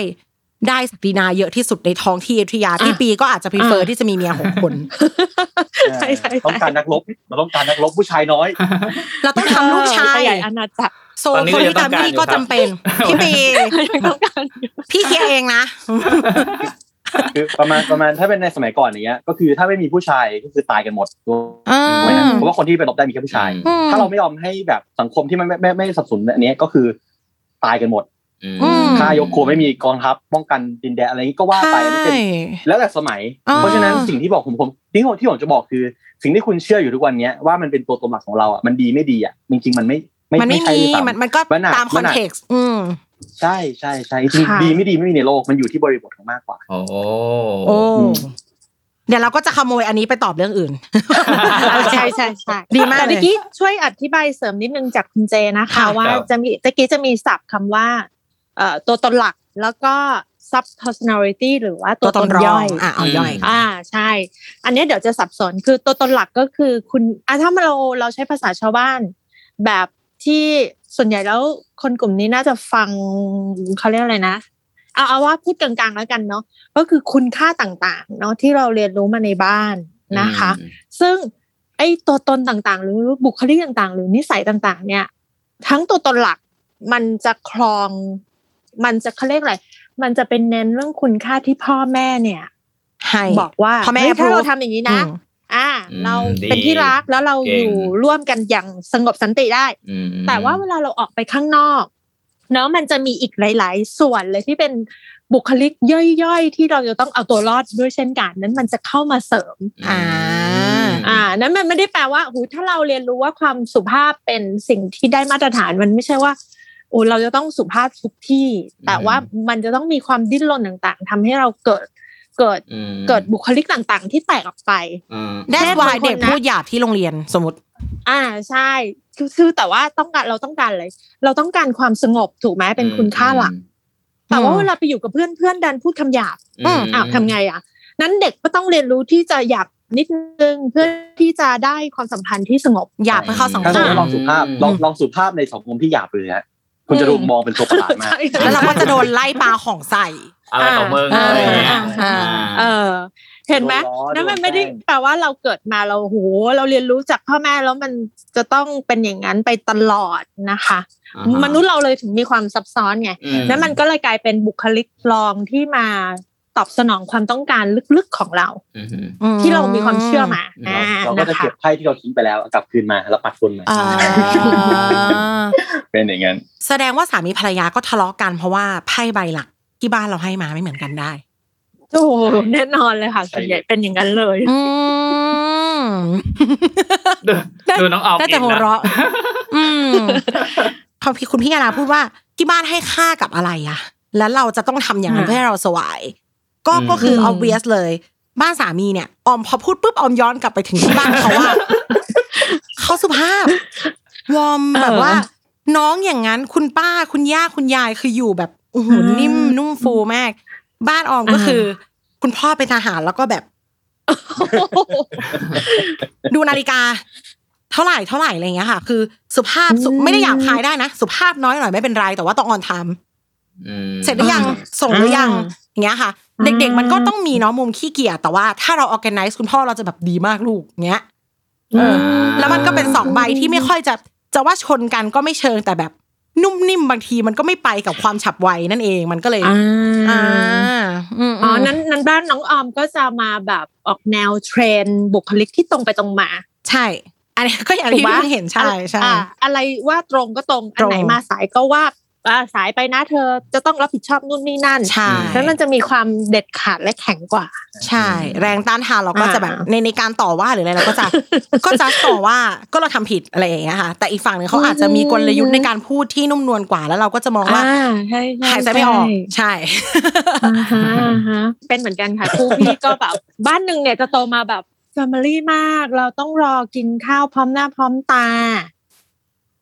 A: ได้ศักดินาเยอะที่สุดในท้องที่อยุธยาที่ปีก็อาจจะพิเฟอร์ที่จะมีเมียหก คน
C: ใช่ใช่
D: ต้องการนักรบเราต้องการนักรบผู้ชายน้อย
A: เราต้องทำลูกชาย
C: ขยายอาณาจักร
A: โซนคนที่ตามพี่ก็จำเป็นพี่ปี
C: ต้องการ
A: พี่เคลียร์เองนะ
D: คือประมาณประมาณถ้าเป็นในสมัยก่อนอย่างเงี้ย ก็คือถ้าไม่มีผู้ชายก็คือตายกันหมด
A: อ่า
D: เพราะว่าคนที่ไปรบได้มีแค่ผู้ชาย
A: อืม
D: ถ้าเราไม่ยอมให้แบบสังคมที่มันไม่ไม่ไม่สนับสนุนอันเนี้ยก็คือตายกันหมด
A: อืม
D: ค่ายกครัวไม่มีกองทัพป้องกันดินแดนอะไรนี้ก็ว่าไปอันนี้เป็น
A: ใช่
D: แล้วแต่สมัย
A: อ่า
D: เพราะฉะนั้นสิ่งที่บอกผมผมที่ผมที่ผมจะบอกคือ สิ่งที่คุณเชื่ออยู่ทุกวันเนี้ยว่ามันเป็นตัวตนหลักของเราอ่ะมันดีไม่ดีอ่ะจริงๆมันไม่ไม่
A: มันไม่
D: ใช่
A: มี
D: ด้วยซ้ำ
A: มันมันก็
D: มันหนัก
A: ตามค
D: มั
A: อน น
D: หนัก
A: เท็กซ์ อืม
D: ใช่ใช่ใช่จริงๆดีไม่ดีไม่มีในโลกมันอยู่ที่บริบทของมากกว่า
B: โอ้
A: โอ้
D: อืม
A: เดี๋ยวเราก็จะขโมยอันนี้ไปตอบเรื่องอื่น
C: ใช่ใช่ใช่
A: ดีมาก
C: แต่
A: เลย
C: เมื่อกี้ช่วยอธิบายเสริมนิดนึงจากคุณเจนะคะ
A: ค่ะ
C: ว่า
B: ครับ
C: จะมีตะกี้จะมีศัพท์คำว่าเอ่อตัวตนหลักแล้วก็ sub personality หรือว่า
A: ตั
C: ตัว ว
A: ต
C: ต
A: น
C: น
A: รอย่ ง
C: อย
A: อ่ะเอาย่อย
B: อืม
C: อ่าใช่ อันเนี้ยเดี๋ยวจะสับสนคือตัวตนหลักก็คือคุณอ่ะถ้าเราเราใช้ภาษาชาวบ้าน แบบที่ส่วนใหญ่แล้วคนกลุ่มนี้น่าจะฟังเขาเรียกอะไรนะเอาเอาว่าพูดกลางๆแล้วกันเนาะก็คือคุณค่าต่างๆ เนาะที่เราเรียนรู้มาในบ้านนะคะ ซึ่งไอ้ตัวตนต่างๆ หรือบุคลิกต่างๆ หรือนิสัยต่างๆ เนี่ย ทั้งตัวตนหลักมันจะคลอง มันจะเขาเรียกอะไรมันจะเป็นเน้นเรื่องคุณค่าที่พ่อแม่เนี่ย
A: ให้
C: บอกว่า
A: พ่อแม่
C: เฮ้ยถ้า
A: approve
C: เราทำอย่างนี้นะ
A: อืม
C: อ่า
B: อืม
C: เรา
B: ดี
C: เป็นที่รักแล้วเรา
B: เก่ง
C: อยู่ร่วมกันอย่างสงบสันติได้ แต่ว่าเวลาเราออกไปข้างนอก เนาะมันจะมีอีกหลาย ๆ ส่วนเลยที่เป็นบุคลิกย่อยๆ ที่เราจะต้องเอาตัวรอดด้วยเช่นกัน นั้นมันจะเข้ามาเสริม
A: อ่า
C: อ่า นั้นมันไม่ได้แปลว่าหูถ้าเราเรียนรู้ว่าความสุภาพเป็นสิ่งที่ได้มาตรฐานมันไม่ใช่ว่าโอ้เราจะต้องสุภาพทุกที่ แต่ว่ามันจะต้องมีความดิ้นรนต่างๆทำให้เราเกิดเกิด เกิดบุคลิกต่างๆ ที่แตกออกไป
A: ได้
C: แม่
A: วาย
C: บางคน
A: เด็ก
C: นะ
A: พูดหยาบที่โรงเรียนสมมติ
C: อ่าใช่คือคือแต่ว่าต้องการเราต้องการอะไรเราต้องการความสงบถูกไหมเป็นคุณค่าหลัก แต่ว่า
A: อืม
C: เวลาไปอยู่กับเพื่อนเพื่อนดันพูดคำหยาบ
B: อืม
C: อ้าวทำไงอ่ะ นั้นเด็กก็ต้องเรียนรู้ที่จะหยาบนิดนึงเพื่อที่จะได้ความสัมพันธ์ที่สงบ
A: หยาบเพื่อเข้าสัง
D: ถ้า
A: ค
D: สม
A: ม
D: มติลองสุภาพลองลองสุภาพในสังคมที่หยาบเลยฮะคุณจะถูกมองเป็นตัวประหลาด มาก
C: ใช่ใช่
A: แล้วเราก็จะโดนไล่ปลาของใส่
B: อะไรของมึงอะไรเงี้ย
C: เออ เห็นไหม
D: โดนล้อ
C: นั่นมัน
D: โดนแกล้ง
C: ไม่ได้แปลว่าเราเกิดมาเราโหเราเรียนรู้จากพ่อแม่แล้วมันจะต้องเป็นอย่างนั้นไปตลอดนะคะ มนุษย์เราเลยถึงมีความซับซ้อนไง แล้วมันก็เลยกลายเป็นบุคลิกลองที่มาตอบสนองความต้องการลึกๆของเรา ที่เรามีความเชื่อมาอ่า
D: เราก็จะ
C: นะคะ
D: เก็บไพ่ที่เราทิ้งไปแล้วเอากลับคืนมาแล้วปัดฝุ่นมา
A: อ่า
D: เป็นอย่างนั้น
A: แสดงว่าสามีภรรยาก็ทะเลาะกันเพราะว่าไพ่ใบหลักที่บ้านเราให้มาไม่เหมือนกันได้
C: โอ้โหแน่นอนเลยค่ะส่วนใหญ่เป็นอย่างนั้น เลย
A: อืม
B: ดูน้องออม
A: ได้แต่หัวเราะ อืม พอพี่คุณพี่อาราพูดว่าที่บ้านให้ค่ากับอะไรอะแล้วเราจะต้องทำอย่างนั้น
C: อ่ะ
A: เพื่อให้เราสวาย ก็
B: อืม
A: ก็คืออ
C: ม
A: obvious เลย บ้านสามีเนี่ยออมพอพูดปุ๊บออมย้ อนกลับไปถึงที่บ้านเขาว่า เขาสุภาพวอร์มแบบว่า น้องอย่างนั้นคุณป้าคุณย่าคุณยายคืออยู่แบบโอ้โห
C: อ่านิ่
A: นิ่มนุ่มฟูมาก บ้านออมก็
C: อ่า
A: คือ คุณพ่อเป็นทหารแล้วก็แบบ ดูนาฬิกา เท่าไหร่เท่าไหร่อะไรอย่างเงี้ยค่ะ คือสุภาพสุ
C: อืม
A: ไม่ได้หยาบคายได้นะ สุภาพน้อยหน่อยไม่เป็นไรแต่ว่าต้องออนไทม์
B: อืม
A: เสร็จหรือยังส่งหรือยังอย่างเงี้ยค่ะ เด็ก ๆ มันก็ต้องมีเนาะมุมขี้เกียจแต่ว่าถ้าเราออแกไนซ์คุณพ่อเราจะแบบดีมากลูกเงี้ย
B: อ่า
A: แล้วมันก็เป็นสองใบที่ไม่ค่อยจะจะว่าชนกันก็ไม่เชิงแต่แบบ นุ่มนิ่มบางทีมันก็ไม่ไปกับความฉับไวนั่นเองมันก็เลย
C: อ่
A: อ่า
C: า
A: อืม
C: อ๋อ นั้น นั้นบ้านน้องออมก็จะมาแบบออกแนวเทรนด์บุคลิกที่ตรงไปตรงมา
A: ใช่ อันนี้ก็อย่าง
C: ถู
A: ที่
C: กปะ
A: เพิ่งเห็นใช่ใช่
C: อ่ะอะไรว่าตรงก็ตรง อันไหน
A: ตรง
C: มาสายก็ว่าอ่ะสายไปนะเธอจะต้องรับผิดชอบนู่นนี่นั่น
A: ใช่
C: แล้วมันจะมีความเด็ดขาดและแข็งกว่า
A: ใช่ แรงต้านทานเราก็
C: อ่า
A: จะแบบในในการต่อว่าหรืออะไรเราก็จะ ก็จะต่อว่าก็เราทำผิดอะไรอย่างเงี้ยค่ะ แต่อีกฝั่งหนึ่งเขาอาจจะมีกลยุทธ์ในการพูดที่นุ่มนวลกว่าแล้วเราก็จะมองว่า
C: อ่ใช่ช่
A: หายใจไม่ออกใช่
C: อ่าฮะอ่าฮะเป็นเหมือนกันค่ะครูพี่ก็แบบ บ้านหนึ่งเนี่ยจะโตมาแบบแฟมิลี่มาก เราต้องรอกินข้าวพร้อมหน้าพร้อมตา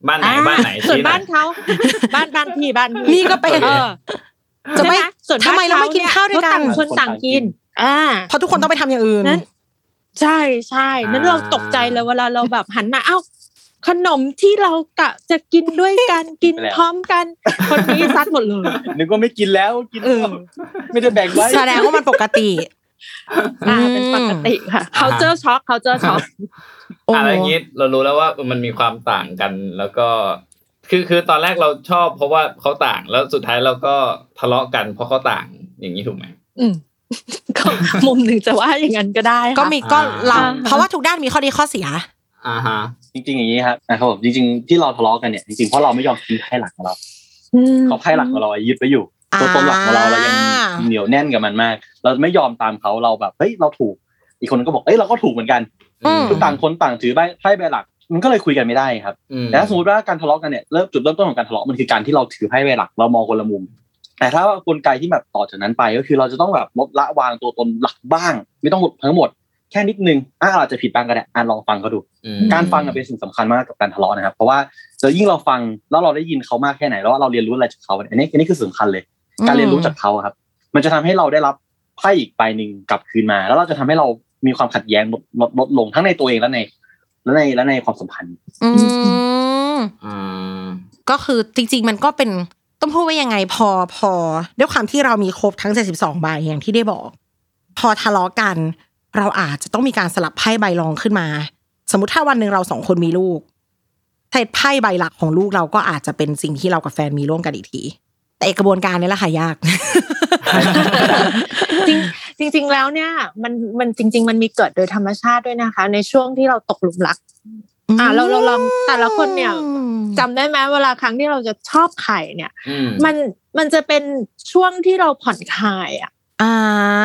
B: บ้านไหน
C: อ่
B: บ้านไหน
C: ส่วน
B: ชี้หอย
C: บ้านเขา บ้านบ้านพี่บ้านพี่
A: นี่ก็เป็น
C: เออ
A: จะ ไม่
C: ใช่หส่วนบ้น
A: ทำไมเราไม่กิน
C: ข
A: ข้าวด้วยกัน
C: เพระต่างคนต่างกิน อ่า
A: เพราะทุกคนต้องไปทำอย่างอื่น
C: นั้น ใช่ใช่
B: อ่า
C: นั้นเราตกใจเลยเวลาเราแบบหันมาเอ้าขนมที่เรากะจะกินด้วยกัน กินพร้อมกัน คนนี้ซัดหมดเลย
D: นึกว่าไม่กินแล้วกิน
C: เออ
D: ไม่ได้แบ่งไว้
A: แสดงว่ามันปกติ
C: อ่าเป็นปกติค่ะ เขาเจอช็อกเขาเจอช็อก
A: โอ้โห
B: อะไรอย่างงี้เรารู้แล้วว่ามันมีความต่างกันแล้วก็คือคือตอนแรกเราชอบ เพราะว่าเขาต่างแล้วสุดท้ายเราก็ทะเลาะกันเพราะเขาต่างอย่างนี้ถูกไหม
C: อืมก็ มุมหนึ่งจะว่าอย่างนั้นก็ได้ค่ะ
A: ก็มีก็เรา
C: อ่า
A: เพราะว่าทุกด้านมีข้อดีข้อเสีย
B: อ่าฮะ
D: จริงๆอย่างนี้ครับนะครับผมจริงๆที่เราทะเลาะกันเนี่ยจริงๆเพราะเราไม่ยอมทิ้งไพ่หลักของเรา
C: อืม
D: เขาไพ่หลักของเรายึดไว้อยู่
A: อ่า
D: ตัวตนหลักของเราเรายังเหนียวแน่นกับมันมาก เราไม่ยอมตามเขาเราแบบเฮ้ยเราถูก อีกคนก็บอกเอ้ยเราก็ถูกเหมือนกัน
A: อืม
D: คือต่างคนต่างถือใบไพ่ใบหลัก มันก็เลยคุยกันไม่ได้ครับ
B: อื
D: แต่ถ้าสมมติว่าการทะเลาะกันเนี่ยเริ่มจุดเริ่มต้นของการทะเลาะมันคือการที่เราถือไพ่ใบหลักเรามองคนละมุม แต่ถ้ากลไกที่แบบต่อจากนั้นไปก็คือเราจะต้องแบบลดละวางตัวตนหลักบ้าง ไม่ต้องหมดทั้งหมดแค่นิดนึงอ่ะอาจจะผิดบ้างก็ได้อ่ะลองฟังเขาดู
B: อืม
D: การฟังอะเป็นสิ่งสำคัญมากกับการทะเลาะนะครับ เพราะว่าแล้วยิ่งเราฟังแล้วเราได้ยินเขามากแค่ไหนแล้วเราเรียนรู้อะไรจากเขาเนี่ยอันนี้อันนี้คือสำคัญเลย การเรียนรู้จากเขาอะครับ มันจะทำให้เราได้รับไพ่อีกใบหนึ่งกลับคืนมา แล้วเราจะทำให้เรามีความขัดแย้งลดลดลดลงทั้งในตัวเองและในและในและในความสัมพันธ์
A: อืม
B: อ่า
A: ก็คือจริง ๆ มันก็เป็นต้องพูดว่ายังไงพอพอด้วยความที่เรามีครบทั้ง 72ใบอย่างที่ได้บอก พอทะเลาะกัน เราอาจจะต้องมีการสลับไพ่ใบรองขึ้นมา สมมติถ้าวันหนึ่งเราสองคนมีลูกเศษไพ่ใบหลักของลูกเราก็อาจจะเป็นสิ่งที่เรากับแฟนมีร่วมกันอีกที แต่ไอ้กระบวนการนี้แหละค่ะยาก
C: จริงจริง ๆ แล้วเนี่ยมันมันจริง ๆ มันมีเกิดโดยธรรมชาติด้วยนะคะ ในช่วงที่เราตกหลุมรัก อ่ะเราเราลองแต่ละคนเนี่ย จำได้ไหมเวลาครั้งที่เราจะชอบไข่เนี่ย
B: อืม
C: มันมันจะเป็นช่วงที่เราผ่อนคลายอ่ะ
A: อ่า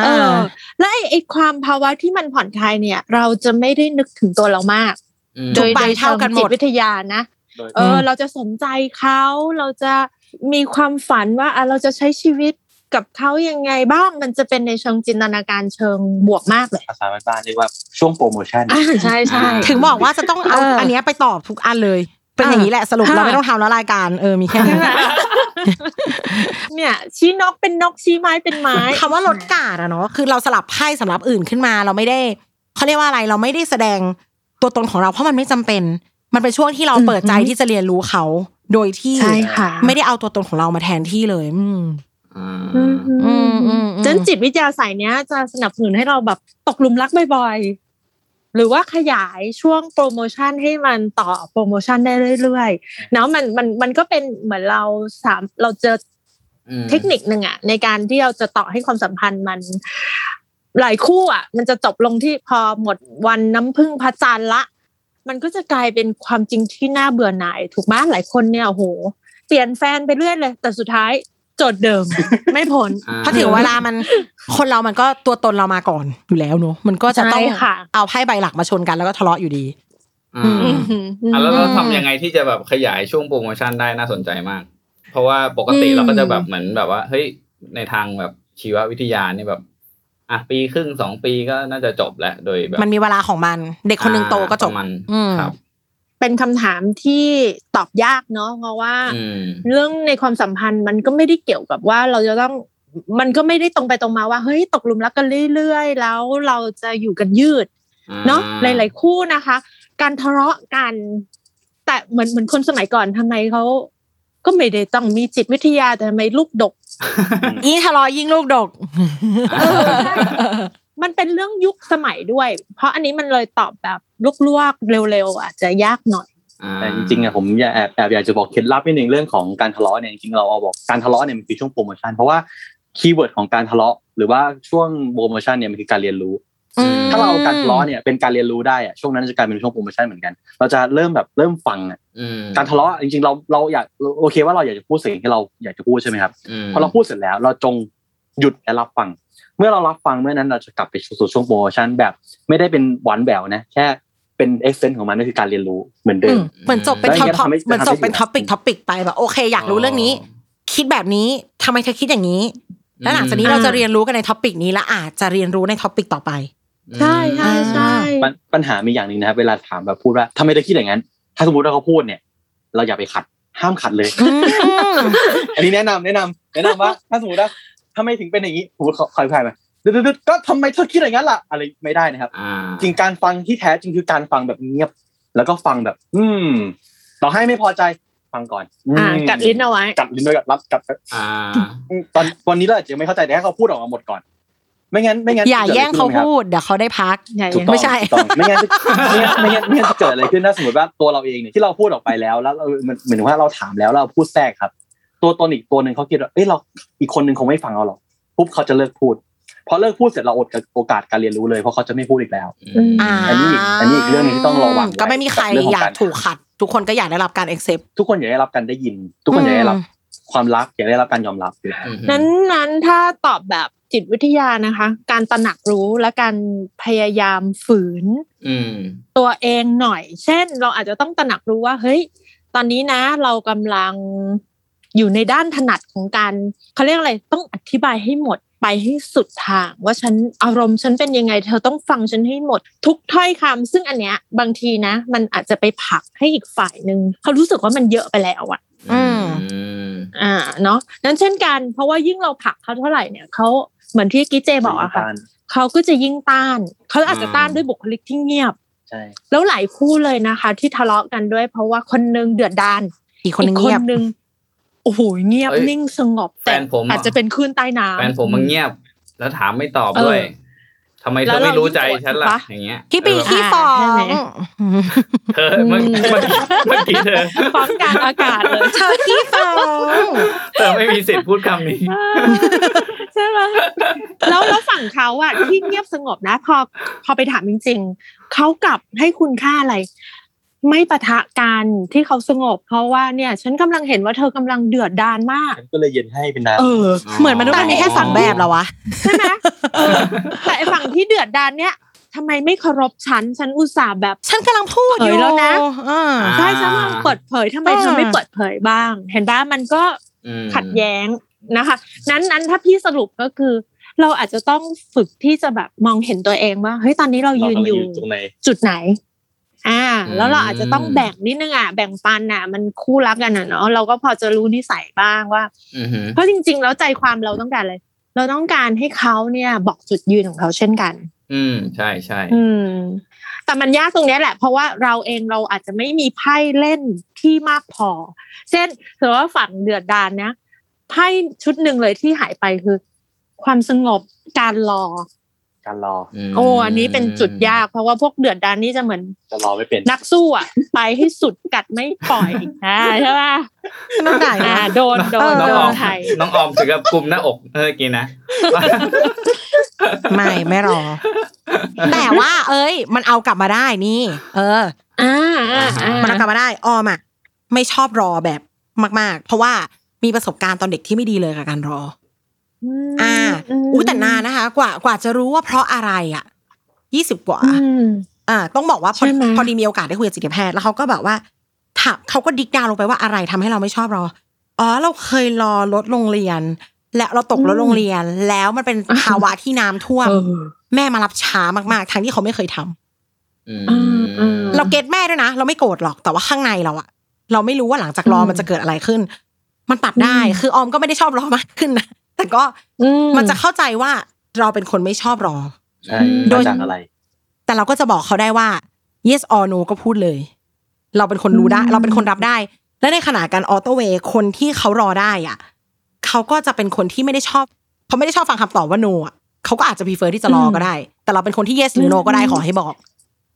C: เออ และไอ้ไอ้ความภาวะที่มันผ่อนคลายเนี่ย เราจะไม่ได้นึกถึงตัวเรามาก
B: อืม
C: โดย
A: ทุกใบ
C: โดย
A: เท่ากันหมด
C: จิตวิทยานะ
D: โดย
C: เออ เราจะสนใจเขาเราจะมีความฝันว่าอ่ะเราจะใช้ชีวิตกับเขายังไงบ้างมันจะเป็นในเชิงจินตนาการเชิงบวกมากเลย
D: ภาษาบ้านๆเรียกว่าช่วงโปรโมชั่น
C: อ่าใช่ใช่
A: ถึงบอกว่าจะต้องเอา
C: เอออั
A: อันเนี้ยไปตอบทุกอันเลย เป็นอย่างนี้แหละสรุป
C: ค่ะ
A: เราไม่ต้องทำแล้วรายการเออมีแค่
C: ใช่
A: นี้
C: ไหมเนี่ย ชี้นกเป็นนกชี้ไม้เป็นไม้
A: คำว่าลดกาดอะเนาะคือเราสลับไพ่สำหรับอื่นขึ้นมา เราไม่ได้เขาเรียกว่าอะไรเราไม่ได้แสดงตัวตนของเราเพราะมันไม่จำเป็น มันเป็นช่วงที่เรา
C: อืม
A: เปิดใจที่จะเรียนรู้เขา โดยที่
C: ใช่ค่ะ
A: ไม่ได้เอาตัวตนของเรามาแทนที่เลย อืม
B: อ่า
C: อืมอืม
A: อื
C: อื
A: ม
C: ม
A: อืม
C: ฉะนันจิตวิทยาสายเนี้ยจะสนับสนุนให้เราแบบตกหลุมรักบ่อยๆ หรือว่าขยายช่วงโปรโมชั่นให้มันต่อโปรโมชั่นได้เรื่อยๆเนาะมันมันมันก็เป็นเหมือนเราสามเราเจอ
B: อืม
C: เทคนิคหนึ่งอะในการที่เราจะต่อให้ความสัมพันธ์มัน หลายคู่อะมันจะจบลงที่พอหมดวันน้ำพึ่งพระจันทร์ละ มันก็จะกลายเป็นความจริงที่น่าเบื่อหน่าย ถูกไหมหลายคนเนี่ยโอ้โห เปลี่ยนแฟนไปเรื่อยเลย แต่สุดท้ายโจทย์เดิม ไม่พ้น
B: อ่า
A: เพราะถึงเวลามัน คนเรามันก็ตัวตนเรามาก่อนอยู่แล้วเนาะมันก็จะต้อง
C: ใช่ค่ะ
A: เอาไพ่ใบหลักมาชนกันแล้วก็ทะเลาะอยู่ดี
B: อ่า
A: อืม
B: อ่ะแล้วเราทำยังไงที่จะแบบขยายช่วงโปรโมชั่นได้น่าสนใจมาก เพราะว่าปกติ
A: อืม
B: เราก็จะแบบเหมือนแบบว่าเฮ้ยในทางแบบชีววิทยาเนี่ยแบบอ่ะปีครึ่งสองปีก็น่าจะจบแล้วโดยแบบ
A: มันมีเวลาของมัน เด็กคนหนึ่งโตก็จบ
B: อ่าประมาณ
A: อืม
B: ครับ
C: เป็นคำถามที่ตอบยากเนาะเพราะว่า
B: อืม
C: เรื่องในความสัมพันธ์มันก็ไม่ได้เกี่ยวกับว่าเราจะต้องมันก็ไม่ได้ตรงไปตรงมาว่าเฮ้ยตกหลุมรักกันเรื่อยๆ แล้วเราจะอยู่กันยืด เนาะหลายๆคู่นะคะ การทะเลาะกัน แต่เหมือนเหมือนคนสมัยก่อนทำไมเขาก็ไม่ได้ต้องมีจิตวิทยาแต่ทำไมลูก ดก
A: ยิ่งทะเลาะยิ่งลูกดก
B: เออ
C: มันเป็นเรื่องยุคสมัยด้วย เพราะอันนี้มันเลยตอบแบบลวกๆเร็วๆอาจจะยากหน่อย
B: อ่า
D: แต่จริงๆอะผมอยากแอบแอบอยากจะบอกเคล็ดลับนิดนึงเรื่องของการทะเลาะเนี่ยจริงๆเราเอาบอกการทะเลาะเนี่ยมันคือช่วงโปรโมชั่นเพราะว่าคีย์เวิร์ดของการทะเลาะหรือว่าช่วงโปรโมชั่นเนี่ยมันคือการเรียนรู้ ถ้าเราเอาการทะเลาะเนี่ยเป็นการเรียนรู้ได้อะช่วงนั้นจะกลายเป็นช่วงโปรโมชั่นเหมือนกัน เราจะเริ่มแบบเริ่มฟังอะ
B: อืม
D: การทะเลาะจริงๆเราเราอยากโอเคว่าเราอยากจะพูดสิ่งที่เราอยากจะพูดใช่ไหมครับ
B: ม
D: พอเราพูดเสร็จแล้วเราจงหยุดและรับฟัง เมื่อเรารับฟังเมื่อนั้นเราจะกลับไปสู่ช่วงโปรโมชั่นแบบ ไม่ได้เป็นหวานแหววนะแค่เป็นเอ็กเซนต์ของมันก็คือการเรียนรู้เหมือนเดิม
A: เหมือนจบเป็น
D: แล้ว
A: ท็อป
D: อย่างเงี้ยทำให้
A: เหมือนจบเป็น
D: ทำให้
A: ท็อปิก
D: เสีย
A: ท็อปิกไปแบบโอเคอยากรู้เรื่องนี้ คิดแบบนี้ทำไมเธอคิดอย่างนี้ แล้วหลังจากนี้
C: อืม
A: เราจะเรียนรู้กันในท็อปิกนี้และอาจจะเรียนรู้ในท็อปิกต่อไป
C: ใช่ใช่ใช่
D: ปัญปัญหามีอย่างหนึ่งนะครับเวลาถามแบบพูดว่าทำไมเธอคิดอย่างนั้น ถ้าสมมติว่าเขาพูดเนี่ย เราอย่าไปขัดห้ามขัดเลย อันนี้แนะนำแนะนำแนะนำว่า ถ้าสมมติว่าทำไมถึงเป็นอย่างนี้สมมติเขาใครใครมาดึดๆๆก็ทำไมเธอคิดอย่างนั้นล่ะอะไรไม่ได้นะครับ
B: อ่า
D: จริงการฟังที่แท้จริงคือการฟังแบบเงียบ แล้วก็ฟังแบบ อืมต่อให้ไม่พอใจฟังก่อน
C: อ่าม กัดลิ้นเอาไว้
D: กัดลิ้นด้วยกัดรับกัด
B: อ่า
D: อืมตอนวันนี้เราอาจจะยังไม่เข้าใจแต่ให้เขาพูดออกมาหมดก่อน ไม่งั้นไม่งั้น
A: อย่า
D: จะกิดะไร
A: แย่งเขา
D: ขึ้นไหมครับ
A: พูดเดี๋ยวเขาได้พัก
C: ใหญ่
D: ถูกต้อง
A: ไม่ใช่
D: ถูกต้องไม่งั้นจะไม่งั้นไม่งั้นไม่งั้นจะเกิดอะไรขึ้นถ้าสมมติว่าตัวเราเองเนี่ยที่เราพูดออกไปแล้วแล้วเราเหมือนเหมือนว่าเราถามแล้วแล้วเราพูดแทรกครับ ตัวตนอีกตัวหนึ่งเขาคิดว่าเอ้ยเราอีกคนหนึ่งคงไม่ฟังเราหรอกปุ๊บเขาจะเลิกพูดพอเลิกพูดเสร็จเราอดกับโอกาสการเรียนรู้เลยเพราะเขาจะไม่พูดอีกแล้ว
B: อืม
A: อ่า
D: อันนี้อีกอันนี้อีกเรื่องหนึ่งที่ต้องระวังไว้
A: ก็ไม่มีใคร
D: กับเรื่องของ
A: อยาก
D: การ
A: ถูกขัด ทุกคนก็อยากได้รับการ accept
D: ทุกคนอยากได้รับการได้ยิน ทุกคนอยากได้รับความรักอยากได้รับการยอมรับอยู่แล้ว
C: นั้นนั้นถ้าตอบแบบจิตวิทยานะคะ การตระหนักรู้และการพยายามฝืน
B: อืม
C: ตัวเองหน่อย เช่น เราอาจจะต้องตระหนักรู้ว่า เฮ้ย ตอนนี้นะ เรากำลังอยู่ในด้านถนัดของการเขาเรียกอะไร ต้องอธิบายให้หมดไปให้สุดทาง ว่าฉันอารมณ์ฉันเป็นยังไง เธอต้องฟังฉันให้หมด ทุกถ้อยคำซึ่งอันเนี้ย บางทีนะ มันอาจจะไปผลักให้อีกฝ่ายหนึ่งเขารู้สึกว่ามันเยอะไปแล้วอะ
A: อืม
C: อ่าเนาะนั้นเช่นกันเพราะว่ายิ่งเราผลักเขาเท่าไหร่เนี่ยเขาเหมือนที่กิเจบอกอะค่ะเขาก็จะยิ่งต้านเขาอาจจะต้าน
B: อืม
C: ด้วยบุคลิกที่เงียบ
D: ใช่
C: แล้วหลายคู่เลยนะคะ ที่ทะเลาะกันด้วย เพราะว่าคนหนึงเดือดดาน
A: อีกคนหนึง
C: อีก
A: เงียบ
C: หนึงโอ้โหเงียบ
B: เอ้ย
C: นิ่งสงบ
B: แฟนผมอะ
C: อาจจะเป็นคลื่นใต้น้ำ
B: แฟนผมมันเงียบ แล้วถามไม่ตอบด้วย
C: เออ
B: ทำไมเธ
C: แล้
B: อ
C: วเรา
B: ไม่รู้ใจ
C: ยิ่งโกรธ
B: ฉันล่ะ
C: ปะ
B: อย่างเงี้ย
A: พี่ปี
B: เออ
A: ขี้ฟอง
C: ใช่ไหม
B: เธอเมื่อเมื่อกี้เมื่อกี้เธอ
C: พร้อมกลารอากาศเลย
A: เธอขี้ฟอง
B: เธอไม่มีสิทธิ์พูดคำนี้
C: ใช่ไหมแล้วแล้วฝั่งเขาอะที่เงียบสงบนะ พอพอไปถามจริง ๆเขากลับให้คุณค่าอะไร ไม่ปะทะกันที่เขาสงบ เพราะว่าเนี่ย ฉันกำลังเห็นว่าเธอกำลังเดือดดานมาก
D: ฉันก็เลยเย็นให้เป็นน้
C: เออ
A: เหมือนมนุษย์มันมีแค่สองแบบเหรอวะ
C: ใช่ไหมเออ แต่ไอ้ฝั่งที่เดือดดานเนี่ยทำไมไม่เคารพฉัน ฉันอุตส่าห์แบบ
A: ฉันกำลังพูดอยู่
C: เผยแล้วนะ
A: อ่า
B: อ่า
C: ใช่ฉันกำลังเปิดเผยทำไมเธอไม่เปิดเผยบ้าง เห็นปะมันก็
B: อืม
C: ขัดแย้งนะคะ นั้นนั้นถ้าพี่สรุปก็คือ เราอาจจะต้องฝึกที่จะแบบมองเห็นตัวเองว่าเฮ้ยตอนนี้เรา
D: ำเรา
C: ยืน
D: กำลัง
C: อยู่
D: ตรงไหน
C: จุดไหน อ่า แล้วเราอาจจะต้อง
B: อืม
C: แบ่งนิดนึงอ่ะแบ่งปันอ่ะ มันคู่รักกันอ่ะเนาะเราก็พอจะรู้นิสัยบ้างว่า
B: อือหือ
C: เพราะจริง ๆ แล้วใจความเราต้องการเลย เราต้องการให้เขาเนี่ยบอกจุดยืนของเขาเช่นกัน
B: อืมใช่ใช่
C: อืม แต่มันยากตรงเนี้ยแหละ เพราะว่าเราเองเราอาจจะไม่มีไพ่เล่นที่มากพอ เช่นสมมติว่าฝั่งเดือดดานนะไพ่ชุดหนึ่งเลยที่หายไปคือ ความสงบการรอ
D: การรอ
B: ม
C: โอ้อันนี้เป็นจุดยาก เพราะว่าพวกเดือดดานนี่จะเหมือน
D: จะรอไม่เป็น
C: นักสู้อ่ะ ไปให้สุดกัดไม่ปล่อยอ่าใช่ป่ะ
A: น้องไหน
C: อ่าว
A: ะ
C: โดนโดน
B: น้อง
C: โด
B: ออน ม
C: ไทย
B: น้องออมถึงกับกลุ่มหน้าอกเมื่อกี้นะ
A: ไม่ไม่รอ แต่ว่า เอ้ย มันเอากลับมาได้นี่ เออ
C: อ่าอ่าอ่า
A: มันเอากลับมาได้ออมอ่ะไม่ชอบรอแบบมาก ๆ เพราะว่ามีประสบการณ์ตอนเด็กที่ไม่ดีเลยกับการรอ
C: ม
A: อ่าอู้แต่นานนะคะ กว่ากว่าจะรู้ว่าเพราะอะไรอ่ะยี่สิบกว่า
C: อืม
A: อ่า ต้องบอกว่าพอ
C: ใช่ไหม
A: พอดีมีโอกาสได้คุยกับจิตแพทย์แล้วเขาก็แบบว่าถามเขาก็ดิกดาวลงไปว่าอะไรทำให้เราไม่ชอบรอ อ๋อ เราเคยรอรถโรงเรียน แล้วเราตกรถโรงเรียน แล้วมันเป็นภาวะที่น้ำท่วม
C: เออ
A: แม่มารับช้ามากๆทั้งที่เขาไม่เคยทำ
B: อืม
C: อืมอืม
A: เราเก็ตแม่ด้วยนะ เราไม่โกรธหรอกแต่ว่าข้างในเราอะเราไม่รู้ว่าหลังจากรออ
C: ม
A: มันจะเกิดอะไรขึ้น มันปรับได้
C: อืม
A: คือออมก็ไม่ได้ชอบรอมากขึ้นนะแต่ก็
C: อืมั
A: มันจะเข้าใจว่าเราเป็นคนไม่ชอบรอ
D: ใช่
B: โดย
D: มาจากอะไร
A: แต่เราก็จะบอกเขาได้ว่า yes or no ก็พูดเลย เราเป็นคนรู้ได้ เราเป็นคนรับได้ และในขณะการออโตเวย์คนที่เขารอได้อ่ะเขาก็จะเป็นคนที่ไม่ได้ชอบเขาไม่ได้ชอบฟังคำตอบว่า no อ่ะเขาก็อาจจะ prefer ที่จะรอก็ได้ แต่เราเป็นคนที่ yes หรือ no ก็ได้ขอให้บอก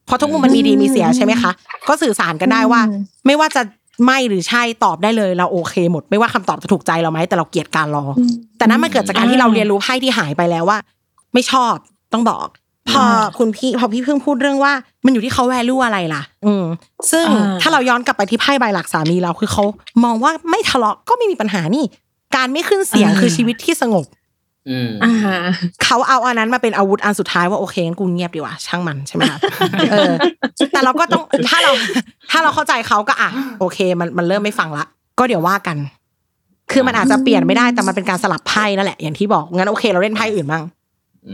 A: เพราะทุกมุมมันมีดีมีเสียใช่ไหมคะก็สื่อสารกันได้ว่า ไม่ว่าจะไม่หรือใช่ตอบได้เลย เราโอเคหมด ไม่ว่าคำตอบจะถูกใจเราไหมแต่เราเกลียดการรออ แต่นั่นมันเกิดจากการที่เราเรียนรู้ไพ่ที่หายไปแล้วว่า ไม่ชอบต้องบอก พอคุณพี่พอพี่เพิ่งพูดเรื่องว่า มันอยู่ที่เขาแวลูอะไรล่ะ อืม ซึ่ง
C: อ่า
A: ถ้าเราย้อนกลับไปที่ไพ่ใบหลักสามีเราคือเขามองว่าไม่ทะเลาะก็ไม่มีปัญหานี่ การไม่ขึ้นเสียงคือชีวิตที่สงบ
B: อืม
C: อ่า
A: เขาเอาอันนั้นมาเป็นอาวุธอันสุดท้ายว่าโอเคงั้นกูเงียบดีกว่าช่างมันใช่ไหมคะเออ แต่เราก็ต้องถ้าเรา ถ้าเราเข้าใจเขาก็อ่ะโอเค มันมันเริ่มไม่ฟังละ ก็เดี๋ยวว่ากัน คือมันอาจจะเปลี่ยนไม่ได้แต่มันเป็นการสลับไพ่นั่นแหละอย่างที่บอกงั้นโอเค เราเล่นไพ่อื่นบ้าง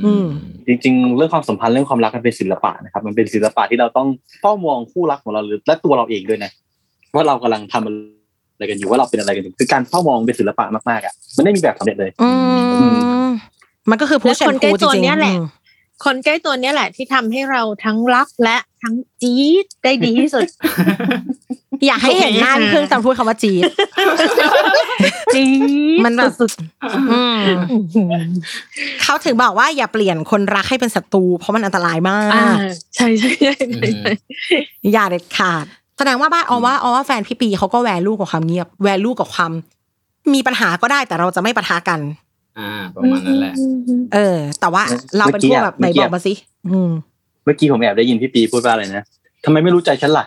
A: อืม
D: จริงๆ เรื่องความสัมพันธ์เรื่องความรักมันเป็นศิลปะนะครับ มันเป็นศิลปะที่เราต้องเฝ้ามองคู่รักของเราหรือและตัวเราเองด้วยนะว่าเรากำลังทำอะไรกันอยู่ว่าเราเป็นอะไรกันอยู่คือการเฝ้ามองเป็นศิลปะมากๆอ่ะมันไม่มีแบบสำเร็จเลย
A: อืมมันก็คือผู้
C: และ
A: ชาย
C: คนใกล้
A: คู่จ
C: ตัว
A: ริง
C: เนี่ยแหละ
A: อืม
C: คนใกล้ตัวเนี้ยแหละที่ทำให้เราทั้งรักและทั้งจี๊ดได้ดีที่สุด
A: อยากให้เห็นหน้าเพิ่งจะพูดคำว่าจี บ
C: จี๊ด
A: มันแบบอืมเขาถึงบอกว่าอย่าเปลี่ยนคนรักให้เป็นศัตรูเพราะมันอันตรายมา
C: อ่าก ใช่ใช่ใช่
B: อืม
C: ใช่ใช่
A: อย่าเด็ดขาดแสดงว่าบ้านออว่าออว่าแฟนพี่ปีเขาก็แวลูกับความเงียบ แวลูกับความ มีปัญหาก็ได้แต่เราจะไม่ปะทะกัน
B: อ่า ประมาณนั้นแหละ
A: เออ แต่ว่าเราเป็นพวกแบบไห
D: เมื่
A: น
D: อกี้
A: บ
D: อะ
A: อกมาสิอืม
D: เมื่อกี้ผมแอบได้ยินพี่ปีพูดว่าอะไรนะทำไมไม่รู้ใจฉันล่ะ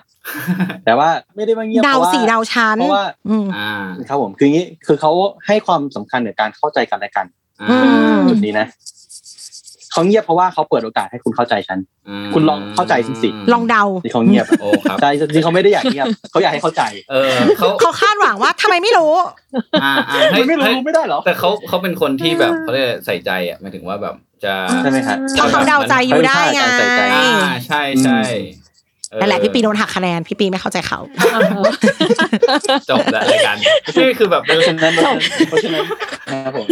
D: แต่ว่าไม่ได้ว่าเงียบ
A: เดา
D: เพราะว่า
A: สีเดาชั้น
D: เพราะว่า
A: อืม
B: อ่า
D: ครับผมคืออย่างนี้คือเขาให้ความสำคัญกับการเข้าใจกันและกัน
B: อ่า
A: อืม
D: จุดนี้นะเขาเงียบเพราะว่าเขาเปิดโอกาสให้คุณเข้าใจฉัน คุณลองเข้าใจสิ
A: ลองเดา
D: ที่เขาเงียบอะ
B: โอ้ครับ
D: ใช่จริงๆเขาไม่ได้อยากเงียบเขาอยากให้เข้าใจ
B: เออเขา
A: เขาคาดหวังว่าทำไมไม่รู้
B: อ่าอ่า
D: มันไม่รู้ไม่ได้เหรอ
B: แต่เขาเขาเป็นคนที่แบบเขาเรียกใส่ใจอ่ะหมายถึงว่าแบบจะ
D: ใช่ไหมครับ
A: เพราะเขาเดาใจอยู่ได้ไง
D: ใส่ใจ
B: อ่าใช่ใช่เออ
A: นั่นแหละพี่ปีโดนหักคะแนนพี่ปีไม่เข้าใจเขา
C: เออ
B: จบแล้วรายการนี่คือแบบ
D: เพราะฉะนั้นเพราะฉะนั้นนะครับผม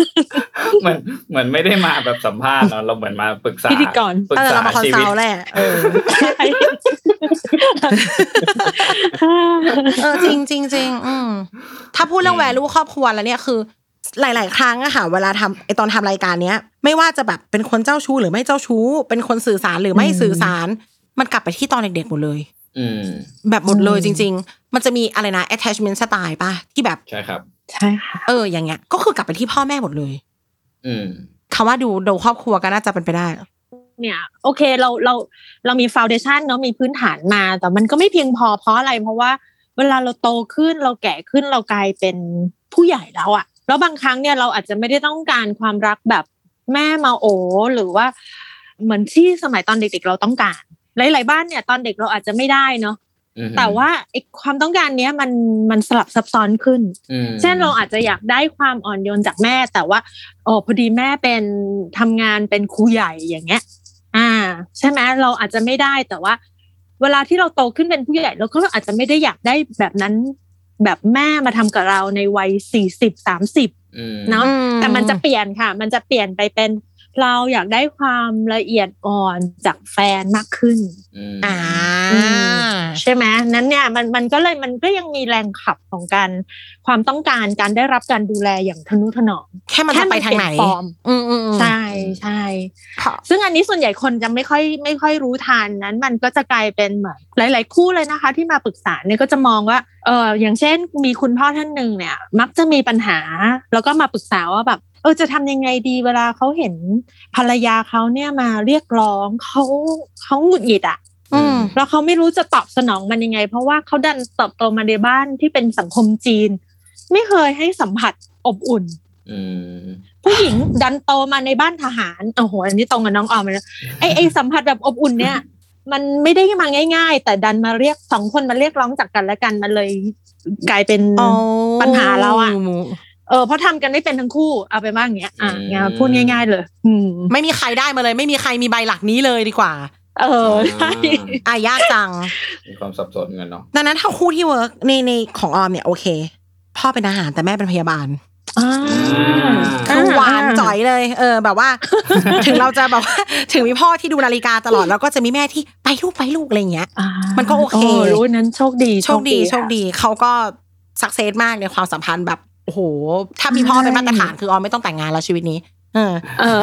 B: เหมือนเหมือนไม่ได้มาแบบสัมภาษณ์เนาะเราเหมือนมาปรึกษา
C: พิธีกร
B: ปรึก
A: เออ
B: ษา
A: เรามาคอน
B: ชีวิ
A: ซั
B: ต
A: ลท์แหละเออเออจริงจริงจริงอืมถ้าพูดเรื่องแวลูครอบครัวแล้วเนี่ยคือ หลาย ๆ ครั้งอะค่ะ เวลาทำไอตอนทำรายการเนี้ย ไม่ว่าจะแบบเป็นคนเจ้าชู้หรือไม่เจ้าชู้ เป็นคนสื่อสารหรือไม่
C: อืม
A: สื่อสาร มันกลับไปที่ตอนเด็กๆหมดเลย
B: อืม
A: แบบหมดเลยจริง ๆ มันจะมีอะไรนะ attachment style ป่ะที่แบบ
B: ใช่ครับ
C: ใช่ค่ะ
A: เอออย่างเงี้ย ก็คือกลับไปที่พ่อแม่หมดเลย
B: อืม
A: คำว่าดูดูครอบครัวก็น่าจะเป็นไปได้
C: เนี่ยโอเคเราเราเรามีฟ u วเดชันเนาะมีพื้นฐานมา แต่มันก็ไม่เพียงพอเพราะอะไร เพราะว่าเวลาเราโตขึ้นเราแก่ขึ้นเรากลายเป็นผู้ใหญ่แล้วอะแล้วบางครั้งเนี่ยเราอาจจะไม่ได้ต้องการความรักแบบแม่มาโอหรือว่า เหมือนที่สมัยตอนเด็ก ๆ เราต้องการ หลาย ๆ บ้านเนี่ยตอนเด็กเราอาจจะไม่ได้เนาะ
B: อืม
C: แต่ว่าไอ้ความต้องการเนี้ยมันมันสลับซับซ้อนขึ้น
B: อืม
C: เช่นเราอาจจะอยากได้ความอ่อนโยนจากแม่ แต่ว่าโอ้พอดีแม่เป็นทำงานเป็นครูใหญ่อย่างเงี้ย อ่า ใช่ไหมเราอาจจะไม่ได้แต่ว่า เวลาที่เราโตขึ้นเป็นผู้ใหญ่เราก็อาจจะไม่ได้อยากได้แบบนั้น แบบแม่มาทำกับเราในวัยสี่สิบสามสิบ
B: อืม
C: เนาะ
A: อืม
C: แต่มันจะเปลี่ยนค่ะ มันจะเปลี่ยนไปเป็นเราอยากได้ความละเอียดอ่อนจากแฟนมากขึ้น
B: อืม
A: อ่า
C: ใช่ไหมนั้นเนี่ยมันมันก็เลยมันก็ยังมีแรงขับของการความต้องการการได้รับการดูแลอย่างทนุถนอม
A: แค่มันจะไปทางไหน
C: แค่มันเปลี่ยนฟอร์ม
A: อืมอืมอืม
C: ใช่ใช่
A: ค่ะ
C: ซึ่งอันนี้ส่วนใหญ่คนจะไม่ค่อยไม่ค่อยรู้ทันนั้น มันก็จะกลายเป็นเหมือนหลาย ๆ คู่เลยนะคะ ที่มาปรึกษาเนี่ยก็จะมองว่าเอออย่างเช่นมีคุณพ่อท่านหนึ่งเนี่ย มักจะมีปัญหา แล้วก็มาปรึกษาว่าแบบเออจะทำยังไงดีเวลาเขาเห็นภรรยาเขาเนี่ยมาเรียกร้องเขาเขาหงุดหงิดอ่ะ
A: อืม
C: แล้วเขาไม่รู้จะตอบสนองมันยังไง เพราะว่าเขาดันเติบโตมาในบ้านที่เป็นสังคมจีน ไม่เคยให้สัมผัสอบอุ่น
B: อืม
C: ผู้หญิงดันโตมาในบ้านทหารโอ้โหอันนี้ตรงกับน้องออมเลยนะไอไอสัมผัสแบบอบอุ่นเนี่ย มันไม่ได้มาง่าย ๆ แต่ดันมาเรียกสองคนมาเรียกร้องจากกันและกันมันเลยกลายเป็น ปัญหาเราอะ เออเพราะทำกันไม่เป็นทั้งคู่เอาไปบ้าอย่างเงี้ยอ่ะงานพูดง่าย ๆ เลย อืม
A: ไม่มีใครได้มาเลย ไม่มีใครมีใบหลักนี้เลยดีกว่า
C: เออใช่
A: อ่ะยากจัง
B: มีความสับสนกันเนาะ
A: ดังนั้นถ้าคู่ที่เวิร์กในในของออมเนี่ยโอเค พ่อเป็นอาหารแต่แม่เป็นพยาบาล
C: อ่า
A: คือหวานจ่อยเลย เออ แบบว่า ถึงเราจะแบบว่า ถึงมีพ่อที่ดูนาฬิกาตลอดแล้วก็จะมีแม่ที่ไปลูกไปลูกอะไรอย่างเงี้ย
C: อ่า
A: มันก็โอเค
C: รู้นั้นโชคดี
A: โชคดีโชค
C: ะ
A: ดีเขาก็สักเซสมากในความสัมพันธ์แบบโอ้โหถ้ามีพ่อ
C: ใช่
A: เป็นมาตรฐานคือออมไม่ต้องแต่งงานแล้วชีวิตนี้ เออ
C: เออ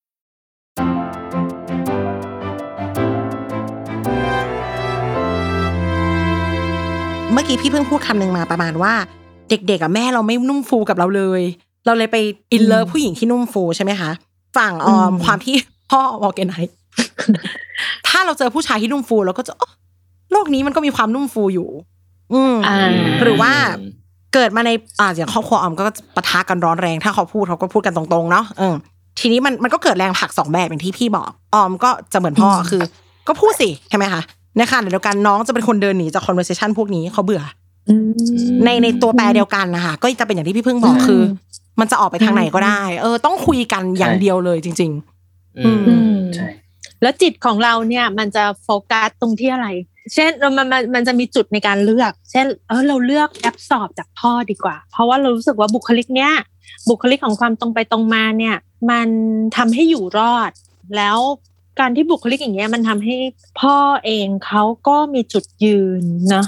A: เมื่อกี้พี่เพิ่งพูดคำหนึ่งมาประมาณว่า เด็กๆอ่ะแม่เราไม่นุ่มฟูกับเราเลย เราเลยไปอินเลิฟผู้หญิงที่นุ่มฟูใช่ไหมคะ ฝั่งออม
C: อืม
A: ความที่พ่อวอลเกนไนท์ ถ้าเราเจอผู้ชายที่นุ่มฟูเราก็จะอ๊ะโลกนี้มันก็มีความนุ่มฟูอยู่ อืม
C: อ่า
A: หรือว่า เกิดมาในอ่าอย่างครอบครัวออมก็ปะทะกันร้อนแรง ถ้าเขาพูดเขาก็พูดกันตรงๆเนาะเออทีนี้มันมันก็เกิดแรงผลักสองแบบอย่างที่พี่บอกออมก็จะเหมือนพ่อ
C: อืม
A: คือ ก็พูดสิใช่ไหมคะในขณะเดียวกันน้องจะเป็นคนเดินหนีจาก conversation พวกนี้เขาเบื่อ
C: อืม
A: ในในตัวแปรเดียวกันนะคะก็จะเป็นอย่างที่พี่เพิ่งบอกคือ มันจะออกไปทางไหนก็ได้ เออ ต้องคุยกันอย่าง
D: ใช่
A: เดียวเลยจริง
B: อืม
C: อืม
D: ใช่
C: แล้วจิตของเราเนี่ยมันจะโฟกัสตรงที่อะไร เช่นเรามันมันมันจะมีจุดในการเลือก เช่น เออเราเลือกแอปสอบจากพ่อดีกว่า เพราะว่าเรารู้สึกว่าบุคลิกเนี้ยบุคลิกของความตรงไปตรงมาเนี่ย มันทำให้อยู่รอด แล้วการที่บุคลิกอย่างเงี้ยมันทำให้พ่อเองเขาก็มีจุดยืนเนอะ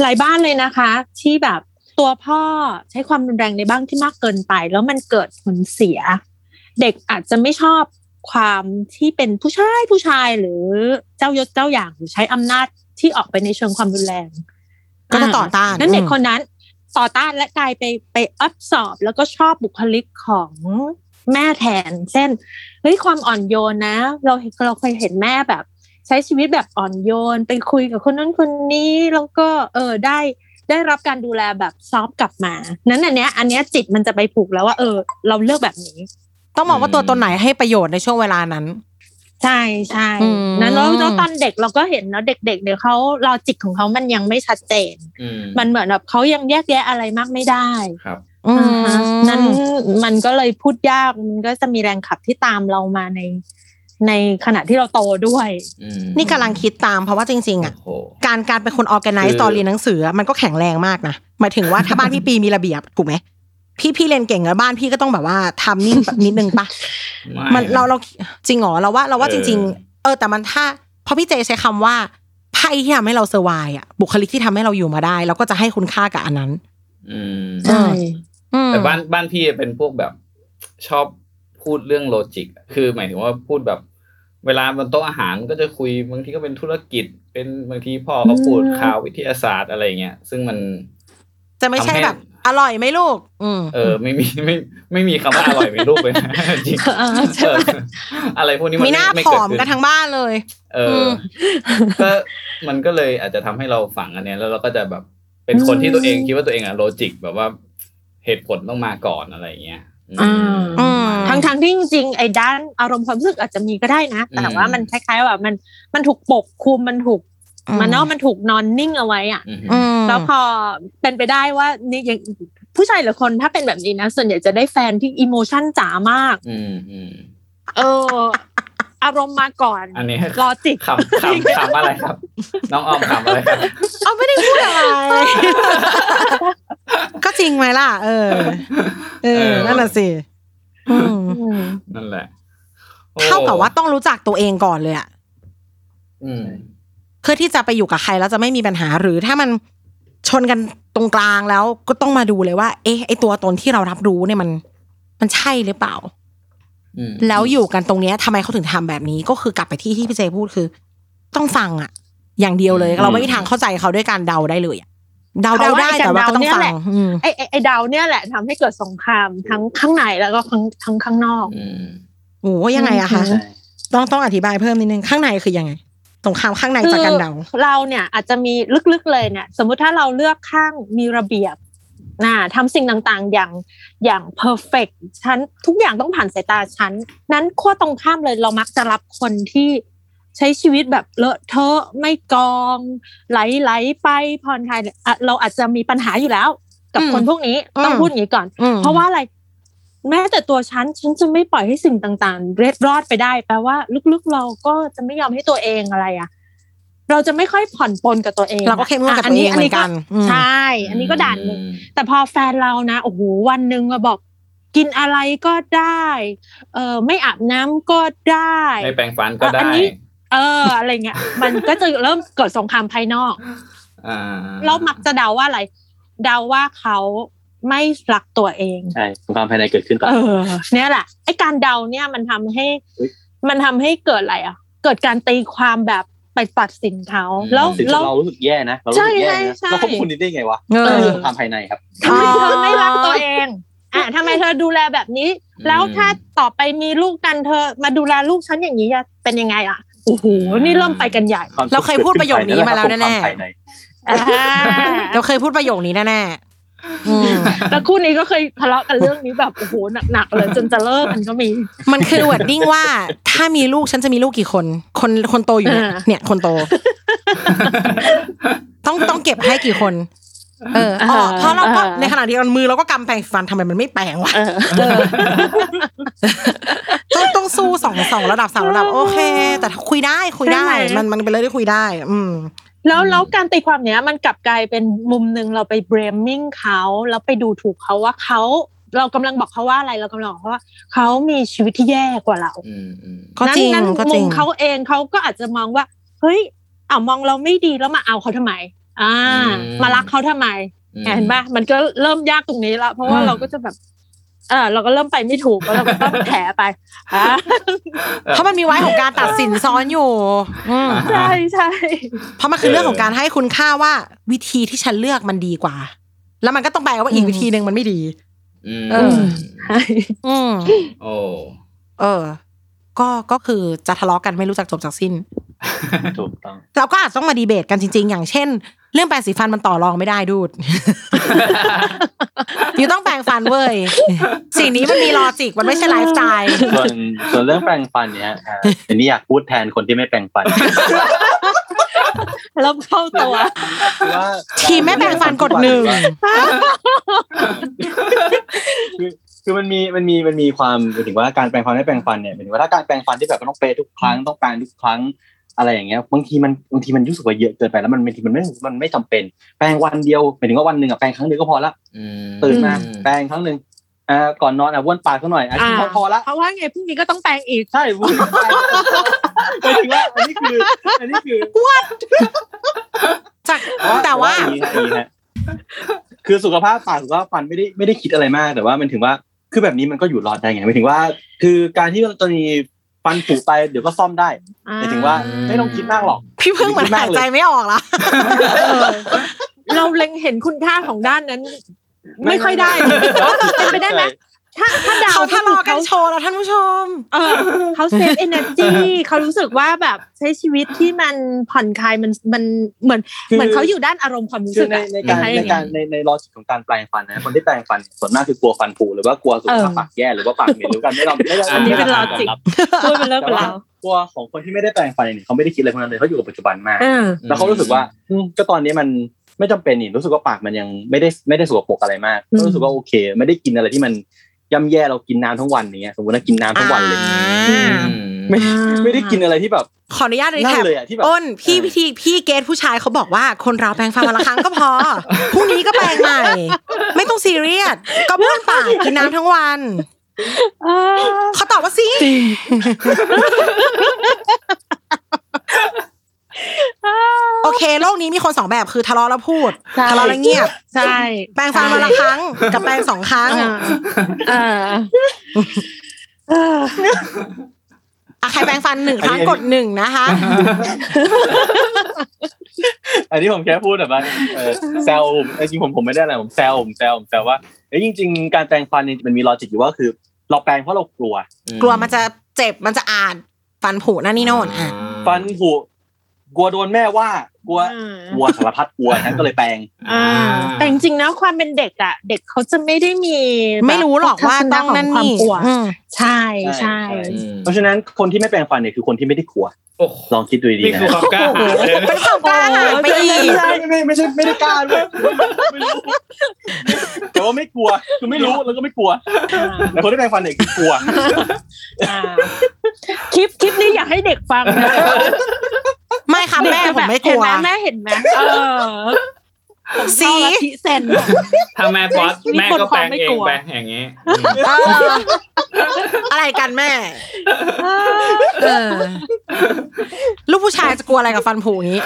C: หลายบ้านเลยนะคะ ที่แบบตัวพ่อใช้ความรุนแรงในบ้างที่มากเกินไป แล้วมันเกิดผลเสีย เด็กอาจจะไม่ชอบความที่เป็นผู้ชายผู้ชายหรือเจ้ายศเจ้าอย่างหรือใช้อำนาจที่ออกไปในเชิงความรุนแรง
A: ๆ ก็จะต่อต้าน
C: นั้นเด็ก
A: อืม
C: คนนั้นต่อต้านและกลายไปไปอัพสอบ แล้วก็ชอบบุคลิกของแม่แทน เช่นเฮ้ยความอ่อนโยนนะ เราเห็นเราเคยเห็นแม่แบบ ใช้ชีวิตแบบอ่อนโยน ไปคุยกับคนนั้นคนนี้แล้วก็เออได้ ได้รับการดูแลแบบซอฟต์กลับมา นั้นอันเนี้ย อันเนี้ยจิตมันจะไปผูกแล้วว่าเออ เราเลือกแบบนี้
A: ต้องมองว่าตัวตนไหนให้ประโยชน์ในช่วงเวลานั้น
C: ใช่ใช่
A: อืม
C: นั้นแล้วแล้วตอนเด็กเราก็เห็นเนาะเด็ก ๆ เดี๋ยวเขาลอจิกของเขามันยังไม่ชัดเจน
B: อืม
C: มันเหมือนแบบเขายังแยกแยะอะไรมากไม่ได้
B: ครับ
A: อืม
C: อ่าฮะนั้นมันก็เลยพูดยากมันก็จะมีแรงขับที่ตามเรามาใน ในขณะที่เราโตด้วย
B: อืม
A: นี่กำลังคิดตามเพราะว่าจริงๆอ่ะ
B: โอ้โห
A: การการเป็นคนออแกไน
B: คื
A: ซ์
B: อ
A: ตอนเรียนหนังสืออะมันก็แข็งแรงมากนะหมายถึง ว่าถ้าบ้านพี่ปีมีระเบียบถูกไหมพี่พี่เรียนเก่งแล้วบ้านพี่ก็ต้องแบบว่าทำนิ่งแบบนิดนึง ปะมันเราเราจริงเหรอเราว่าเราว่าจริง ๆ เออแต่มันถ้าเพราะพี่เจใช้คำว่าไพ่ที่ทำให้เราเซอร์ไวอะบุคลิกที่ทำให้เราอยู่มาได้ เราก็จะให้คุณค่ากับอันนั้น
B: อืม
A: ใช่ อืม
B: แต่บ้านบ้านพี่เป็นพวกแบบชอบพูดเรื่องโลจิก คือหมายถึงว่าพูดแบบ เวลาบนโต๊ะอาหารก็จะคุยบางทีก็เป็นธุรกิจ เป็นบางทีพ่อก็พูด
C: อืม
B: ข่าววิทยาศาสตร์อะไรเงี้ยซึ่งมัน
A: จะไม่ใช่
B: ทำให้
A: แบบอร่อยไหมลูก อืม
B: เออไม่มีไม่ไม่มีคำว่าอร่อยไม่รูปเลยนะจ ริง
C: เออใช่
B: เอ
C: ไหม
B: ออะไรพวกนี้มัน
A: มีหน้า
B: ไม่
A: ผ
B: เกิด
A: อม
B: ขึ้
A: กันทั้งบ้านเลย
B: เอออ
A: ม
B: ก็มันก็เลยอาจจะทำให้เราฝังอันเนี้ยแล้วเราก็จะแบบเป็นคนที่ตัวเองคิดว่าตัวเองอะโลจิก แบบว่าเหตุผลต้องมาก่อนอะไรเงี้ยอืม
C: อ่า
A: อืม
C: ทั้งทั้งๆที่จริงๆไอ้ด้านอารมณ์ความรู้สึกอาจจะมีก็ได้นะ แต่ว่ามันคล้ายๆแบบมันมันถูกปกคลุมมันถูก
A: อืม
C: มันเนาะมันถูกนอนนิ่งเอาไว้อะ
B: อืม
A: อืม
C: แล้วพอเป็นไปได้ว่านี่อย่างผู้ชายหรือคนถ้าเป็นแบบนี้นะ ส่วนใหญ่จะได้แฟนที่อิโมชันจ๋ามาก
B: อืมอืม
C: เออ อารมณ์มาก่อน
B: อันนี้
C: ลอจิก
B: ขำขำขำอะไรครับ น้องออมขำอะไรครับ
A: เอาไม่ได้พูดอะไร ก็จริงไหมล่ะ เออ เออ นั่นน่ะสิอืม
C: อืม
B: นั่นแหละโอ้
A: เท่ากับว่าต้องรู้จักตัวเองก่อนเลยอะ
B: อืม
A: เพื่อที่จะไปอยู่กับใครแล้วจะไม่มีปัญหาหรือถ้ามันชนกันตรงกลางแล้วก็ต้องมาดูเลยว่า เอ๊ะไอตัวตนที่เรารับรู้เนี่ยมัน มันใช่หรือเปล่า
B: อืม
A: แล้วอยู่กันตรงเนี้ยทำไมเขาถึงทำแบบนี้ก็คือกลับไปที่ที่พี่เจพูดคือ ต้องฟังอะอย่างเดียวเลย เราไม่มีทางเข้าใจเขาด้วยการเดาได้เลยอะ เดาเดาได้แต่ว่าก็ต้องฟังอืม
C: ไอ้ไอ้ไอ้ดาวเนี่ยแหละทำให้เกิดสงครามทั้งข้างในแล้วก็ทั้งทั้งข้างนอก
B: อืม
A: โอ้ยังไงอะคะ
D: ใช่
A: ต้องต้องอธิบายเพิ่มนิดนึงข้างในคือยังไงสงครามข้างในจากการเดา
C: คือเราเนี่ยอาจจะมีลึกๆเลยเนี่ย สมมุติถ้าเราเลือกข้างมีระเบียบนะทำสิ่งต่างๆอย่างอย่างเพอร์เฟกฉันทุกอย่างต้องผ่านสายตาฉัน นั้นขั้วตรงข้ามเลยเรามักจะรับคนที่ใช้ชีวิตแบบเลอะเทอะไม่กอง ไหลๆไปผ่อนคลายอ่ะเราอาจจะมีปัญหาอยู่แล้ว กับ
A: อืม
C: คนพวกนี้ต้อง
A: อืม
C: พูดอย่างนี้ก่อน
A: อืม
C: เพราะว่าอะไรแม้แต่ตัวฉันฉันจะไม่ปล่อยให้สิ่งต่างๆ เร็ดรอดไปได้แปลว่าลึกๆเราก็จะไม่ยอมให้ตัวเองอะไรอะเราจะไม่ค่อยผ่อนปลนกับตัวเอง
A: เราก็เข้มงวดกับตัวเอง
C: ะ
A: เหมือนกันอืม
C: ใช่ อันนี้ก็ด่านหนึ่ง แต่พอแฟนเรานะโอ้โหวันหนึ่งมาบอกกินอะไรก็ได้ เออไม่อาบน้ำก็ได้
B: ไม่แปลงฟันก็
C: อ่ะอัน
B: ได้
C: นี้ เอออะไรเงี้ย มันก็จะเริ่มเกิดสงครามภายนอก
B: อ่า
C: เรามักจะเดาว่าอะไร เดาว่าเขาไม่รักตัวเอง
D: ใช่สงครามภายในเกิดขึ้นก่อน
C: เออเนี่ยแหละไอ้การเดาเนี่ยมันทำให้
D: เฮ้ย
C: มันทำให้เกิดอะไรอ่ะ เกิดการตีความแบบไปตัดสินเขาแล้ว
D: สิ่ง
C: แล้
D: ที่
C: ว
D: เรารู้สึกแย่นะเรารู้สึกแย่นะ
C: ใช่ใช่
D: เราควบคุมนิดได้ไงวะ
A: เออ
D: นั่นคือสงครามภายในครับ
C: ทำไมเธอไม่รักตัวเองอ่ะทำไมเธอดูแลแบบนี้ แล้วถ้าต่อไปมีลูกกันเธอมาดูแลลูกฉันอย่างนี้จะเป็นยังไงอ่ะโอ้โหนี่เริ่มไปกันใหญ่
D: วมสุข
A: เราเคยพูดประโยคนี้มาแล้วแน่ๆ
D: เกิดขึ้นภยใ
C: อ่า
A: เราเคยพูดประโยคนี้แน่ๆอืม
C: แล้วคู่นี้ก็เคยทะเลาะกันเรื่องนี้แบบโอ้โหหนักๆเลยจนจะเลิกกันก็มี
A: มันคือวดดิ้งว่า ถ้ามีลูกฉันจะมีลูกกี่คน คนคนโตอยู่เนี่ย
C: อ่า
A: เนี่ยคนโต ต้องต้องเก็บให้กี่คน เอออ๋อเพราะเราก็ในขณะเดียวกันมือเราก็กำแปรงฟันทำไมมันไม่แปรงวะ
C: เออ
A: เออต้องต้องสู้สองสองระดับสามระดับ โอเค แต่คุยได้คุยได้
C: ใช่ไหม
A: มันมันเป็นเรื่องที่คุยได้ อืม
C: แล้วแล้วการตีความเนี้ยมันกลับกลายเป็นมุมหนึ่งเราไป blaming เขาแล้วไปดูถูกเขาว่าเขาเรากำลังบอกเขาว่าอะไรเรากำลังบอกเขาว่าเขามีชีวิตที่แย่กว่าเรา
B: อืมอืม
A: ก็จริง
C: นั้น
A: ก็
C: นั้น
A: จ
C: มุ
A: ริง
C: มเขาเองเขาก็อาจจะมองว่า เฮ้ยอ่ามองเราไม่ดีแล้วมาเอาเขาทำไม อ่า มารักเขาทำไม
B: อืม
C: เนี่ยเห็นปะมันก็เริ่มยากตรงนี้ละเพราะว่า
B: อืม
C: เราก็จะแบบเออเราก็เริ่มไปไม่ถูกแล้วเราก็ต้องแผลไปอ่า
A: เพราะมันมีไว้ของการตัดสินซ้อนอยู่ อืม
C: ใช่ใช่
A: เพราะมันคือเรื่องของการให้คุณค่าว่าวิธีที่ฉันเลือกมันดีกว่า แล้วมันก็ต้องแปลว่าอีกวิธีหนึ่งมันไม่ดี
B: อืม
A: เออ อืม
B: โอ้
A: เออ ก็ก็คือจะทะเลาะกันไม่รู้จักจบจากสิ้น
D: นถูกต้อง
A: เราก็อาจจะต้องมาดีเบตกันจริง ๆ อย่างเช่น เรื่องแปรงสีฟันมันต่อรองไม่ได้ดูด อยู่ต้องแปรงฟันเว้ย สิ่งนี้มันมีลอจิก มันไม่ใช่ไลฟ์สไต ล์
D: ส่วนส่วนเรื่องแปรงฟันเนี่ยอ่าอันนี้อยากพูดแทนคนที่ไม่แปรงฟัน
C: เริ่มเข้าตัว
D: ว่า
A: ทีมไม่แปรงฟันกดหนึ่ง
D: คือคือมันมีมันมีมันมีความหมายถึงว่าการแปรงฟันไม่แปรงฟันเนี่ยหมายถึงว่าถ้าการแปรงฟันที่แบบมันต้องเปรย์ทุกครั้งต้องแปรงทุกครั้งอะไรอย่างเงี้ยบางทีมันบางทีมันรู้สึกว่าเยอะเกินไปแล้วมันบางทีมันไม่มันไม่จำเป็นแปรงวันเดียวหมายถึงว่าวันหนึ่งอะแปรงครั้งเดียวก็พอละ
B: อืม
D: ตื่นมา
B: อืม
D: แปรงครั้งหนึ่งอ่าก่อนนอนอ่ะบ้วนปากเขาหน่อยอ่ะ
C: อ่า
D: พอละ
C: เพราะว่าไงพรุ่งนี้ก็ต้องแปลงอีก
D: ใช่ บ้วนปากหมายถึงว่าอันนี้คืออันนี้คือ
A: จากแต่ว่า
D: อันนี้ฮะอันนี้ฮะคือสุขภาพปากสุขภาพฟันไม่ได้ไม่ได้คิดอะไรมาก แต่ว่ามันถึงว่าคือแบบนี้มันก็อยู่รอดได้ไงหมายถึงว่า คือการที่จะมีฟันผุไปเดี๋ยวก็ซ่อมได้หมายถึงว่าไม่ต้องคิดมากหรอก
A: พี่เพิ่งเหมือนหายใจไม่ออกละ
C: เออเราเล็งเห็นคุณค่าของด้านนั้น ไม่ค่อยได้
D: ไม่ไม่
C: เป็นไปได้ไหมถ้าถ้าดา ว
A: เขาทะเลาะกัน
C: คือ
A: โช
C: เข
A: ว์แล้วท่านผู้ชม
C: เออเขาเซฟเอเนอร์จีเขารู้สึกว่าแบบใช้ชีวิตที่มันผ่อนคลายมันมันเหมือน
D: คือ
C: เหมือนเขาอยู่ด้านอารมณ์ความรู้
D: คื
C: สึ
D: อก ใน
C: อะ
D: ในการ
B: ให้อ
D: ใน
B: ย่าง
D: การในในลอจิกของการแปลงฟันนะคนที่แปลงฟันส่วนมากคือกลัวฟันผุหรือว่ากลัวสุขภาพปากแย่หรือว่าปากเหม็นหรือกันไม่เราไม่ได้
C: อันนี้เป็นลอจิกพูดเป็นเรื่องเป็
D: แต่ว่าร
C: นาว
D: ตัวของคนที่ไม่ได้แปลงฟันเนี่ยเขาไม่ได้คิดอะไรพวกนั้นเลยเขาอยู่กับปัจจุบันมาก
C: อ่า
D: แล้วเขารู้สึกว่าอืมก็ตอนนี้มันไม่จำเป็นนี่รู้สึกว่าปากมันยังไม่ได้ไม่ได้สกปรกอะไรมาก
C: อืม
D: ก็รู้สึกว่าโอเค ไม่ได้กินอะไรที่มันย่ำแย่เรากินน้ำทั้งวันอย่างเงี้ยสมมติว่ากินน้ำทั้งวันเลย
A: อ่า
B: อื
D: ไม่ไม่ได้กินอะไรที่แบบ
A: ขออนุญาตรี
D: นั่
A: แคนป
D: เลยอ่ะที่แบบ
A: อ้นพี่
D: เออ
A: วิธีพี่เกตผู้ชายเขาบอกว่าคนเราแปรงฟันวันละครั้งก็พ อพรุ่งนี้ก็แปรงใหม่ ไม่ต้องซีเรียสก็บ้วนปากกินน้ำทั้งวัน
C: อ่า
A: เขาตอบว่าสิโอเค โลกนี้มีคนสองแบบคือทะเลาะแล้วพูด
C: ใช่
A: ทะเลาะแล้วเงียบ
C: ใช่
A: แปลงฟันวันละครั้ง กับแปลงสองครั้ง
C: อ่าอ่า
A: อ่ะใครแปรงฟันหนึ่งครั้งกดหนึ่งนะคะ
D: อันนี้ผมแค่พูดแบบว่าเออแซวผมเออจริงๆผมผมไม่ได้อะไรผมแซวผมแซวผมแซวว่าเอ้ยจริง ๆ การแปรงฟันเนี่ยมันมีลอจิกอยู่ว่าคือ เราแปรงเพราะเรากลัว
A: กลัวมันจะเจ็บมันจะอาดฟันผุนั่นนี่โน่นอ่ะ
D: ฟันผุกลัวโดนแม่ว่ากลัว
C: อืม
D: กลัวสารพัดกลัว นั้นก็เลยแปรง
C: อ่า แต่จริงๆนะความเป็นเด็กอ่ะ เด็กเขาจะไม่ได้มี
A: ไม่รู้หรอกว่าต้องนั่น
C: ความ
A: นี่
C: กลัว
A: อืม
C: ใช่ใช่
D: เพราะฉะนั้นคนที่ไม่แปรงฟันเนี่ยคือคนที่ไม่ได้กลัว
B: โอ้โห
D: ลองคิดดูดี
B: นี่
D: ๆนะ
B: คือความกล้าหาญเลย
A: เป็นความกล้าหาญไปอีก
D: ไม่ใช่ไม่ไม่ไม่ใช่ไม่ได้กล้าด้วยไม่รู้แต่ว่าไม่กลัวคือไม่รู้แล้วก็ไม่กลัวแต่คนที่แปรงฟันเนี่ยคือกลั ว
C: อ่าคลิปคลิปนี้อยากให้เด็กฟังนะ
A: ไม่ค่ะแม่ผมไม่กลัว
C: เห็นไหมแม่เห็นไหมเออผมช
A: สี
C: อบละทิเซน
B: ถ้าแม่ป๊อตแม่ก็แปลงเองไปอย่างงี้อืม
A: เอออะไรกันแม่เออ ลูกผู้ชายจะกลัวอะไรกับฟันผุอย่างนี้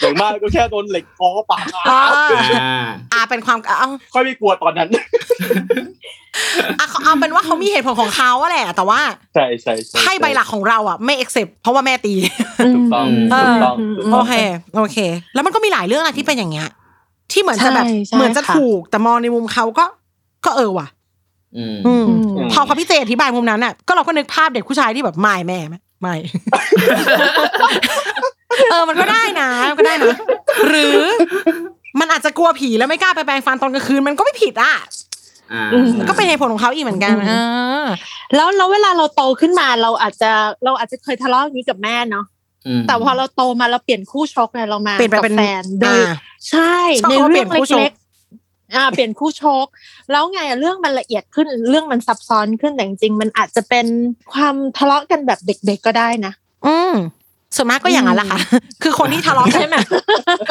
D: อย่างมากก็แค่โดนเหล็กคอปาก
A: อ่า
B: อ่า
A: อ่าเป็นความเอา
D: ค่อยไม่กลัวตอนนั้น
A: อ่ะเขาเอาเป็นว่าเขามีเหตุผลของเขาอะแหละ แต่ว่า
D: ใช่ใช่ช่
A: ไพ่ใบหลักของเราอ่ะไม่เอ็กเซปเพราะว่าแม่ตี
D: ถูกต้อง
A: เออ
D: ถูกต้องถูก
A: โอ
D: ต้อง
A: เค โอเค แล้วมันก็มีหลายเรื่องอะที่เป็นอย่างเงี้ย ที่เหมือนจะแบบ
C: ใช่ใช่
A: เหมือนจะ
C: ค่ะ
A: ถูก แต่มองในมุมเขาก็ ก็เออว่ะ
B: อืม
A: อืม
D: ม
A: พอพอพี่เจอธิบายมุมนั้นน่ะก็เราก็นึกภาพเด็กผู้ชายที่แบบไม่แม่ไม่ไม่ เออมันก็ได้นะมันก็ได้นะหรือ มันอาจจะกลัวผีแล้วไม่กล้าไปแปรงฟันตอนกลางคืนมันก็ไม่ผิดอ่ะ
B: อ่า
A: มันก็เป็นเหตุผลของเขาอีกเหมือนกัน
C: อืม
A: เออ
C: แล้วแล้วเวลาเราโตขึ้นมาเราอาจจะเราอาจจะเคยทะเลาะอย่างนี้กับแม่เนาะแต่พอเราโตมาเราเปลี่ยนคู่ชกเนี่ยเรามา
A: เปลี่ยนไปเป็น
C: กับแฟนโดย
A: อ่า
C: ใช่
A: ชอบ
C: ใน
A: คำว่าเป
C: เรื่อง
A: ลี่ยนคู่ชก
C: เล็กๆอ่า เปลี่ยนคู่ชก แล้วไงอะเรื่องมันละเอียดขึ้นเรื่องมันซับซ้อนขึ้นแต่จริงๆมันอาจจะเป็นความทะเลาะกันแบบเด็กๆก็ได้นะ
A: อืมส่วนมากก็อย่างนั้นแหละค่ะ คือคนที่ทะเลาะกัน
C: ใช่ไหม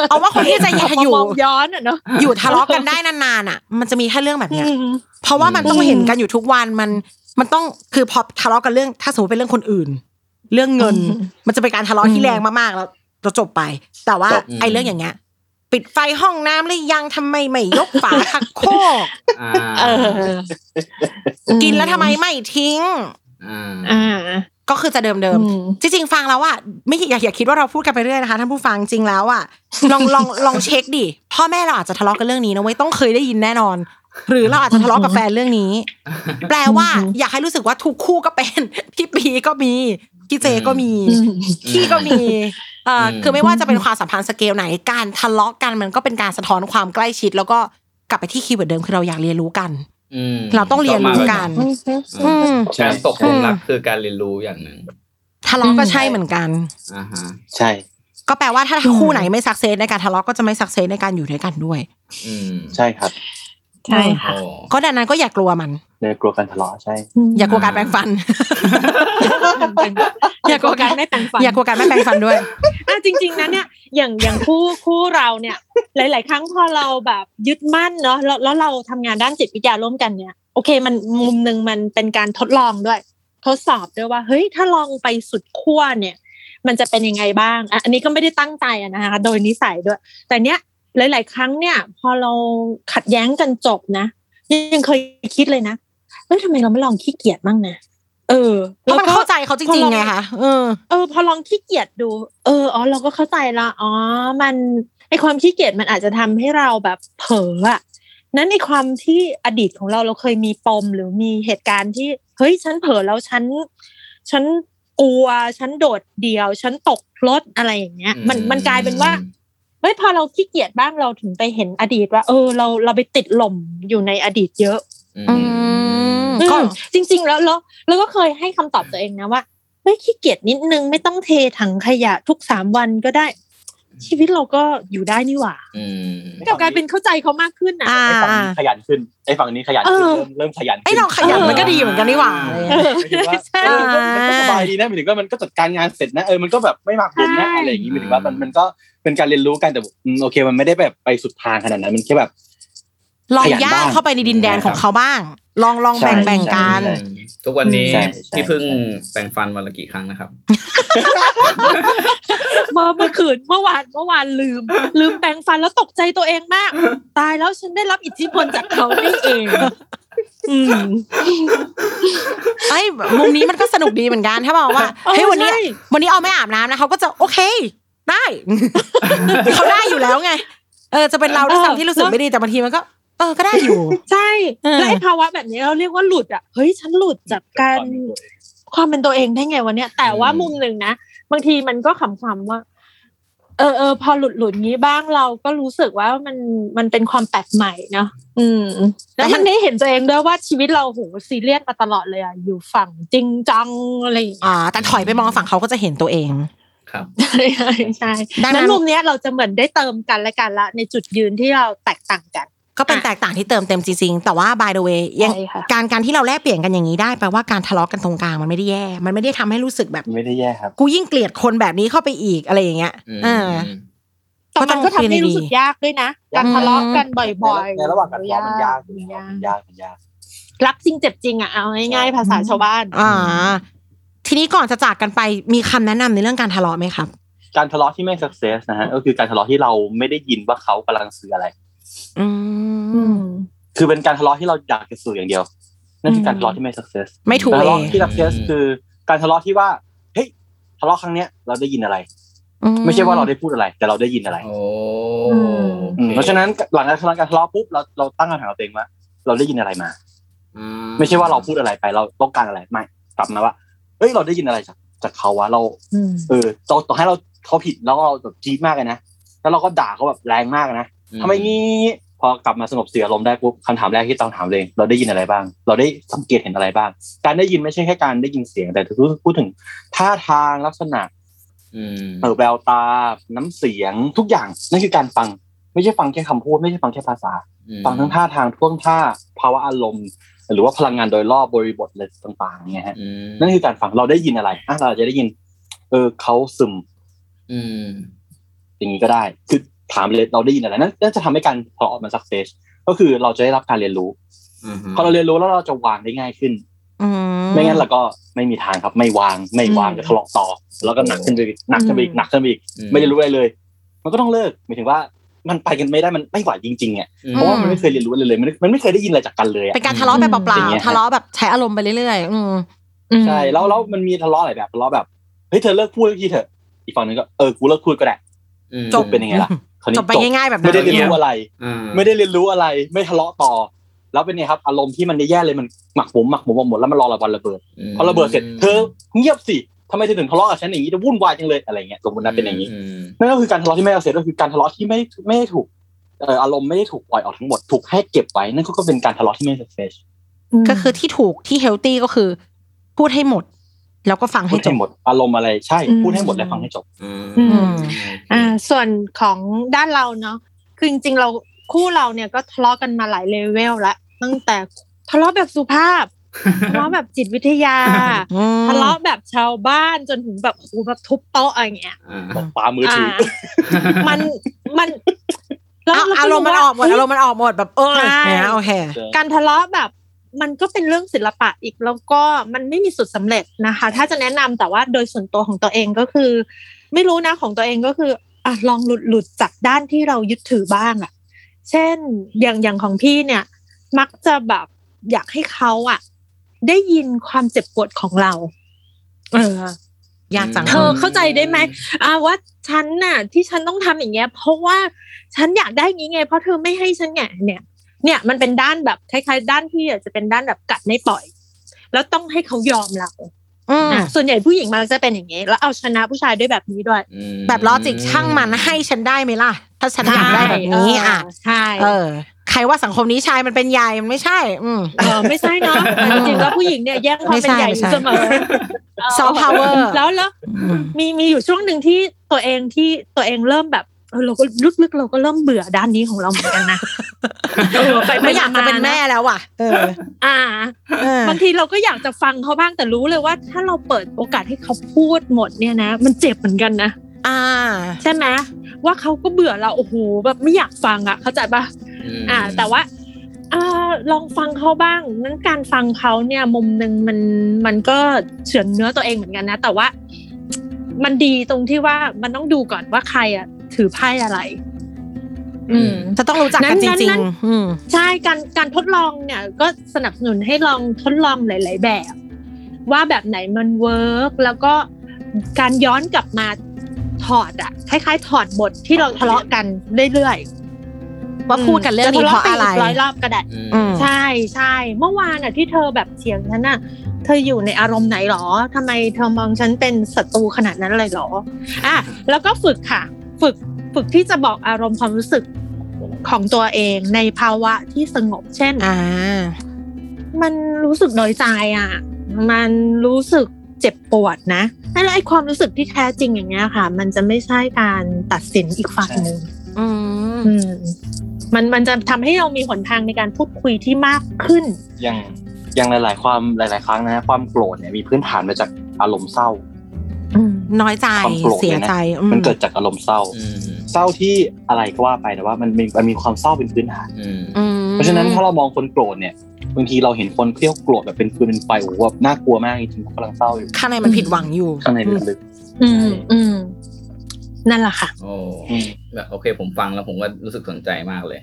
A: เอาว่าคนที่จะอยู่
C: มองย้อนอะเนาะ
A: อยู่ทะเลาะกันได้นานๆอ่ะ มันจะมีแค่เรื่องแบบเนี้ย
C: อืม
A: เพราะว่ามัน
B: อืม
A: ต้องเห็นกันอยู่ทุกวันมันมันต้องคือพอทะเลาะกันเรื่อง ถ้าสมมติเป็นเรื่องคนอื่น เรื่องเงิน
C: อืม
A: มันจะเป็นการทะเลาะที่
C: อืม
A: แรงมากๆแล้วเราจบไป แต่ว่า
B: จบอืม
A: ไอ้เรื่องอย่างเงี้ยปิดไฟห้องน้ำหรือยังทำไมไม่ยกฝาคักโครก
B: อ่า
C: เออ
A: กินแล้วทำไมไม่ทิ้ง
B: อ่า
C: อ่า
A: ก็คือจะเดิม
C: อืม
A: ๆจริงๆฟังแล้วอ่ะไม่อย่าอย่าคิดว่าเราพูดกันไปเรื่อยนะคะท่านผู้ฟังจริงแล้วอ่ะ ลองลองลองเช็คดิพ่อแม่เราอาจจะทะเลาะกันเรื่องนี้นะเว้ยต้องเคยได้ยินแน่นอน หรือเราอาจจะทะเลาะกับแฟนเรื่องนี้ แปลว่า อยากให้รู้สึกว่าทุกคู่ก็เป็น พี่ปีก็มี พี่เจก็มี
C: อืม
A: พี่ก็มีเอ่ออ
B: ม
A: คือไม่ว่าจะเป็นความสัมพันธ์สเกลไหน การทะเลาะกันมันก็เป็นการสะท้อนความใกล้ชิด แล้วก็กลับไปที่คีย์เวิร์ดเดิมคือเราอยากเรียนรู้กัน
B: อืม
A: เราต้องเรียนรู้กัน อืม
B: การตกหลุมรักคือการเรียนรู้อย่างหนึ่ง
A: ทะเลาะก็ใช่เหมือนกัน
B: อ่าฮะ
D: ใช่
A: ก็แปลว่าถ้าคู่ไหนไม่สักเซสในการทะเลาะก็จะไม่สักเซสในการอยู่ด้วยกันด้วย
B: อืม
D: ใช่ครับ
C: ใช่ค่ะ
B: โอ้
A: ก็ดังนั้นก็อย่ากลัวมัน
D: ในกลัวการทะเลาะใช่
A: อย่ากลัวการแปรงฟัน
C: อย่ากลัวการไม่แปรงฟัน
A: อย่ากลัวการไม่แปรงฟันด้วย
C: อ่ะจริง ๆนะเนี่ยอย่างอย่างคู่คู่เราเนี่ย หลาย ๆ ครั้งพอเราแบบยึดมั่นเนาะแล้วแล้วเราทำงานด้านจิตวิทยาร่วมกันเนี่ยโอเคมันมุมหนึ่งมันเป็นการทดลองด้วย ทดสอบด้วยว่า เฮ้ยถ้าลองไปสุดขั้วเนี่ย มันจะเป็นยังไงบ้างอ่ะอันนี้ก็ไม่ได้ตั้งใจอะนะคะโดยนิสัยด้วย แต่เนี้ยหลาย ๆ ครั้งเนี่ย พอเราขัดแย้งกันจบนะยังเคยคิดเลยนะเอ้ยทำไมเราไม่ลองขี้เกียจบ้างนะเออ
A: เพราะมัน
C: แล้วก็
A: เข้าใจเขาจริงๆไงคะเออ
C: เออพอลองขี้เกียจดู เอออ๋อเราก็เข้าใจละอ๋อมันไอความขี้เกียจมันอาจจะทำให้เราแบบเผลออะนั้นไอความที่อดีตของเราเราเคยมีปมหรือมีเหตุการณ์ที่เฮ้ยฉันเผลอแล้วฉัน ฉันกลัวฉันโดดเดี่ยว ฉันตกรถอะไรอย่างเงี้ย มันมันกลายเป็นว่า เฮ้ยพอเราขี้เกียจบ้างเราถึงไปเห็นอดีตว่า เออ เราเราไปติดหล่มอยู่ในอดีตเยอะ
B: อืม
A: อืม
C: ก็
A: ก็
C: จริง ๆ แล้วแล้วแล้วก็เคยให้คำตอบตัวเองนะว่าเฮ้ยขี้เกียจนิดนึงไม่ต้องเทถังขยะทุกสามวันก็ได้ ชีวิตเราก็อยู่ได้นี่หว่า
B: อืม
D: ไม่
C: ก
D: ต้
C: ลั
D: อง
C: บกลายเป็นเข้าใจเขามากขึ้นนะ
A: อ่า
D: ไอ้ฝั่งนี้ขยันขึ้นไอ้ฝั่งนี้ขยันขึ้น
C: เออ
D: เริ่มเริ่มขยันขึ้
A: ไอ้เราขยัน
C: เออ
A: มันก็ดีเหมือนกันนี่หว่าอะไรอย่าง
D: เอ
A: เงี้ย
D: อห
C: ใช่
D: มายถึงว่าเออมันก็สบายดีนะหมายถึงว่ามันก็จัดการงานเสร็จนะเออมันก็แบบไม่หมากบุญนะ
C: ใช่
D: อะไรอย่างงี้หมายถึงว่ามันมันก็เป็นการเรียนรู้กันแต่อืมโอเคมันไม่ได้แบบไปสุดทางขนาดนั้นมันแค่แบบ
A: ลอง
D: ขยัน
A: ย่าง
D: บ้าง
A: เข้าไปในดินแดนของเขาบ้าง ลองลอง
D: ใช่
A: แบ่งแบ่งๆกัน
D: ใช่
B: ทุกวันนี้
D: ใช่ใช่
B: พี่เพิ่งแปรงฟันวันละกี่ครั้งนะครับ
C: เมื่อเมื่อคืนเมื่อวานเมื่อวานลืม ลืมแปรงฟันแล้วตกใจตัวเองมาก ตายแล้วฉันได้รับอิทธิพลจากเขานี่เอง
A: อืมไอ้ยมุมนี้มันก็สนุกดีเหมือนกันถ้า บอกว่าเฮ้ยวันนี้
C: ใช่
A: วันนี้เอาไม่อาบน้ำนะเขาก็จะโอเค ได้ เขาได้อยู่แล้วไง เออจะเป็นเราด้วยซ้ำที่รู้สึกไม่ดีแต่บางทีมันก็ เออก็ได้อยู่
C: ใช่
A: เออ
C: และไอ้ภาวะแบบนี้เราเรียกว่าหลุดอ่ะเฮ้ยฉันหลุดจากการความเป็นตัวเองได้ไงวันเนี้ยแต่ว่า
B: อืม
C: มุมหนึ่งนะบางทีมันก็ขำๆว่า เออเออพอหลุดหลุดงี้บ้างเราก็รู้สึกว่ามันมันเป็นความแปลกใหม่เนาะอืม แล้วมันได้เห็นตัวเองด้วยว่าชีวิตเราโหซีเรียสมาตลอดเลยอ่ะอยู่ฝั่งจริงจังอะไรอย่างเงี้ย
A: อ่า แต่ถอยไปมองฝั่งเขาก็จะเห็นตัวเอง
B: ครับ
C: ใช่ใช่ใช่
A: ดังนั้น
C: นั้นมุมเนี้ยเราจะเหมือนได้เติมกันและกันละ ในจุดยืนที่เราแตกต่างกัน
A: ก็เป็นแตกต่างที่เติมเต็มจริงๆแต่ว่า by the way ยัง
C: ใช่ค่ะ
A: การการที่เราแลกเปลี่ยนกันอย่างนี้ได้แปลว่าการทะเลาะกันตรงกลางมันไม่ได้แย่ มันไม่ได้ทำให้รู้สึกแบบ
D: ไม่ได้แย่ครับ
A: กูยิ่งเกลียดคนแบบนี้เข้าไปอีกอะไรอย่างเงี้ย
B: อืม
A: อ่า
C: แต่
A: ก็ต้
C: มั
A: อน ง
C: ก็ทำ
A: คุยใน
C: ให้รู้สึ
A: ดี
C: กยากด้วยนะ
D: อืม
C: การทะเลาะกันบ่อยๆ
D: ในระหว่างการทะเลาะมันยากอยู่
C: มัน
D: แล้
C: ยาว ก
D: มันยากมันยาก
C: รักจริงเจ็บจริงอ่ะเอาง่ายๆภาษาชาวบ้าน
A: อ่า ทีนี้ก่อนจะจากกันไปมีคำแนะนำในเรื่องการทะเลาะไหมครับ
D: การทะเลาะที่ไม่สักเซสนะฮะก็คือการทะเลาะที่เราไม่ได้ยินว่าเขากำลังสื่ออะไร
A: อื
C: อื
A: ม
C: ม
D: คือเป็นการทะเลาะที่เราอยากจะสื่ออย่างเดียว นั่นคือการทะเลาะที่ไม่สักเซส
A: ไม่ถูก
D: การทะ
A: เอ
D: เลาะ
A: ง
D: ที่สักเซสคือการทะเลาะที่ว่าเฮ้ยทะเลาะครั้งเนี้ยเราได้ยินอะไร ไม่ใช่ว่าเราได้พูดอะไร แต่เราได้ยินอะไร
B: โอ้
C: อืม
D: อืมเพราะฉะนั้นหลังจากทะเลาะการทะเลาะปุ๊บเราเราตั้งคำถามกับตัวเองว่าเราได้ยินอะไรมา
B: อื
D: ไม่ใช่ว่าเราพูดอะไรไปเราต้องการอะไรไม่กลับมาว่าเอ้ยเราได้ยินอะไรจากจากเขาวะเรา
C: อืม
D: เออต่อต่อให้เราเขาผิดแล้วเราแบบจี๊ดมากเลยนะแล้วเราก็ด่าเขาแบบแรงมากนะทำไมงี้พอกลับมาสงบเสียอารมณ์ได้ปุ๊บคำถามแรกที่ต้องถามตัวเองเราได้ยินอะไรบ้าง เราได้สังเกตเห็นอะไรบ้าง การได้ยินไม่ใช่แค่การได้ยินเสียงแต่พูดพูดถึงท่าทางลักษณะ
B: อืม
D: เออแววตา น้ำเสียงทุกอย่างนั่นคือการฟัง ไม่ใช่ฟังแค่คำพูด ไม่ใช่ฟังแค่ภาษา ฟังทั้งท่าทางท่วงท่าภาวะอารมณ์ หรือว่าพลังงานโดยรอบบริบทอะไรต่างๆเนี่ยฮะ
B: อืม
D: นั่นคือการฟังเราได้ยินอะไรอ่ะเราอาจจะได้ยิน เออเขาซึม
B: อืม
D: อย่างนี้ก็ได้ คือถามเลยเราได้ยินอะไรนั่นนั่นจะทำให้การพอออกมาสักเซสก็คือเราจะได้รับการเรียนรู้
B: อืม
D: พอเราเรียนรู้แล้วเราจะวางได้ง่ายขึ้น
A: อื
D: ไม่งั้นเราก็ไม่มีทางครับ ไม่วาง ไม่วางก็ทะเลาะต่อ แล้วก็หนักขึ้นไปอีกหนักขึ้นไปอีกหนักขึ้นไปอีก ไม่ได้รู้อะไรเลย มันก็ต้องเลิก หมายถึงว่ามันไปกันไม่ได้ มันไม่ไหวจริงๆอ่ะ
B: อืม
D: เพราะว่ามันไม่เคยเรียนรู้อะไรเลย มันมันไม่เคยได้ยินอะไรจากกันเลยอะ
A: เป็นการทะเลาะไปเปล่า
D: อย่างเงี้ย
A: ๆทะเลาะแบบใช้อารมณ์ไปเรื่อยๆอืม
D: ใช่ แล้วแล้วมันมีทะเลาะหลายแบบ ทะเลาะแบบ เฮ้ยเธอเลิกพูดสักทีเถอะ อีกฝั่งหนึงก็ เออ กูเลิกพูดก็ได้
A: จบ
D: เป็นยังไงล่ะคราวนี้
A: จบไปง่ายๆแบบ
D: ไม่
A: นั้น
D: ได้เรียนรู้อะไร
B: อื
D: ไม่ได้เรียนรู้อะไรไม่ทะเลาะต่อ แล้วเป็นไงครับ อารมณ์ที่มันแย่ๆเลยมันหมักหมมหมักหมมมาหมดแล้วมันรอระวันระเบิดพอระเบิดเสร็จเธอเงียบสิทำไมเธอถึงทะเลาะกับฉันอย่างนี้จะวุ่นวายจังเลยอะไรเงี้ยสมมตินะเป็นอย่างนี้
B: ม
D: นั่นก็คือการทะเลาะที่ไม่เอาเสร็จก็คือการทะเลาะที่ไม่ไม่ได้ถูกเอ่ออารมณ์ไม่ได้ถูกปล่อยออกทั้งหมดถูกให้เก็บไว้นั่นก็เป็นการทะเลาะที่ไม่ success
A: ก็คือที่ถูกที่เฮลตี้ก็คือ พูดให้หมด แล้วก็ฟัง
D: พู
A: ให้
D: ด
A: จ
D: ให้
A: บ
D: หมดอารมณ์อะไรใช่
C: อืม
D: พูดให้หมดและฟังให้จบ
B: อืม
C: อื
A: อื
C: ม
A: ม
C: อ่าส่วนของด้านเราเนาะคือจริงๆเราคู่เราเนี่ยก็ทะเลาะกันมาหลายเลเวลละตั้งแต่ทะเลาะแบบสุภาพ ทะเลาะแบบจิตวิทยา
A: อืม
C: ทะเลาะแบบชาวบ้านจนถึงแบบโอ้โหแบบทุบโต๊ะอะไรอย่างเงี้ย
B: อ่า
D: ปามือถือ
C: ามันมัน
A: อ่ะอารมณ์มันออกหมด
C: เฮ้
A: อาย รมณ์มันออกหมดแบบเออ
C: ใช่
A: เนี่ยโอเค
C: การทะเลาะแบบ มันก็เป็นเรื่องศิลปะอีกแล้วก็มันไม่มีสุดสำเร็จนะคะ ถ้าจะแนะนำแต่ว่าโดยส่วนตัวของตัวเองก็คือ ไม่รู้นะของตัวเองก็คืออ่ะลองหลุดหลุดจากด้านที่เรายึดถือบ้างอะเช่นอย่างอย่างของพี่เนี่ย มักจะแบบอยากให้เขาอะได้ยินความเจ็บปวดของเรา เออ
A: ยากจัง
C: เธอเข้าใจได้ไหม อ่าว่าฉันน่ะ ที่ฉันต้องทำอย่างเงี้ย เพราะว่าฉันอยากได้อย่างงี้ไง เพราะเธอไม่ให้ฉันไงเนี่ย เนี่ยมันเป็นด้านแบบคล้ายๆ ด้านที่อาจจะเป็นด้านแบบกัดไม่ปล่อย แล้วต้องให้เขายอมเรา
A: อืม
C: นะส่วนใหญ่ผู้หญิงมันจะเป็นอย่างงี้แล้วเอาชนะผู้ชายด้วยแบบนี้ด้วย
A: แบบลอจิกช่างมันให้ฉันได้ไหมล่ะ ถ้าฉันอยากได้แบบนี้
C: ใช่
A: อ่ะ
C: ใช่
A: เออ ใครว่าสังคมนี้ชายมันเป็นใหญ่มันไม่ใช่ อืม
C: เออไม่ใช่เนาะจริงๆแล้วผู้หญิงเนี่ยแย่งความเป็นใหญ่
A: ไม่
C: อ
A: ใช่
C: ยู่เสมอเ
A: Soft power
C: แล้วแล้ว
A: อืม
C: มีมีอยู่ช่วงหนึ่งที่ตัวเองที่ตัวเองเริ่มแบบเออเราก็ลึกๆเราก็เริ่มเบื่อด้านนี้ของเราเหมือนกันนะ เออปๆ
A: ไม่อยากจะเป็น
C: ๆ
A: แม่แล้วอ่ะ เออ
C: อ่า
A: เออบ
C: างทีเราก็อยากจะฟังเขาบ้างแต่รู้เลยว่า ถ้าเราเปิดโอกาสให้เขาพูดหมดเนี่ยนะ มันเจ็บเหมือนกันนะ
A: อ่า
C: ใช่ไหมว่าเขาก็เบื่อเราโอ้โหแบบไม่อยากฟังอ่ะ เข้าใจปะ อ่าแต่ว่าเอ่อลองฟังเขาบ้างนั้นการฟังเขาเนี่ยมุมหนึ่งมันมันก็เฉือนเนื้อตัวเองเหมือนกันนะ แต่ว่า มันดีตรงที่ว่ามันต้องดูก่อนว่าใครอ่ะถือไพ่อะไร อืม
A: จะต้องรู้จักกันจริง
C: นั้น
A: ๆอืม
C: ใช่การการทดลองเนี่ยก็สนับสนุนให้ลองทดลองหลาย ๆ แบบ ว่าแบบไหนมันเวิร์กแล้วก็การย้อนกลับมาถอดอะคล้าย ๆ ถอดบทที่เราทะเลาะกันเรื่อยๆ
A: ว่าพูดกันเรื่องนี้เพราะอะไร
C: จทลปกร้อยรอบก็ได้
A: อืม
C: ใช่ใช่เมื่อวานอ่ะที่เธอแบบเถียงฉันอ่ะ เธออยู่ในอารมณ์ไหนหรอทำไมเธอมองฉันเป็นศัตรูขนาดนั้นเลยหรออ่ะแล้วก็ฝึกค่ะ ฝึกฝึกที่จะบอกอารมณ์ความรู้สึกของตัวเองในภาวะที่สงบเช่น
A: อ่า
C: มันรู้สึกน้อยใจอ่ะ มันรู้สึกเจ็บปวดนะแล้วไอ้ความรู้สึกที่แท้จริงอย่างเงี้ยค่ะ มันจะไม่ใช่การตัดสินอีกฝั่งหนึ่ง
A: อืม
C: อืมมันมันจะทำให้เรามีหนทางในการพูดคุยที่มากขึ้น
D: อย่างอย่างหลาย ๆ ความหลาย ๆ ครั้งนะฮะความโกรธเนี่ยมีพื้นฐานมาจากอารมณ์เศร้า
A: น้อยใจ
D: ความโกรธ
A: เสียใจ
D: ลยะ
A: อืม
D: มันเกิดจากอารมณ์เศร้า เศร้าที่อะไรก็ว่าไปแต่ว่ามันมีมันมีความเศร้าเป็นพื้นฐาน เพราะฉะนั้นถ้าเรามองคนโกรธเนี่ยบางทีเราเห็นคนเครียดโกรธแบบเป็นฟืนเป็นไฟโอ้โหแบบน่ากลัวมากจริงๆเขากำลังเศร้าอยู่
A: ข้างในมันผิดหวังอยู่
D: ข้างในลึก
C: อืมอืมนั่นแหละค่ะ
B: โอ้
D: ๆอืม
B: แบบโอเค ผมฟังแล้วผมก็รู้สึกสนใจมากเลย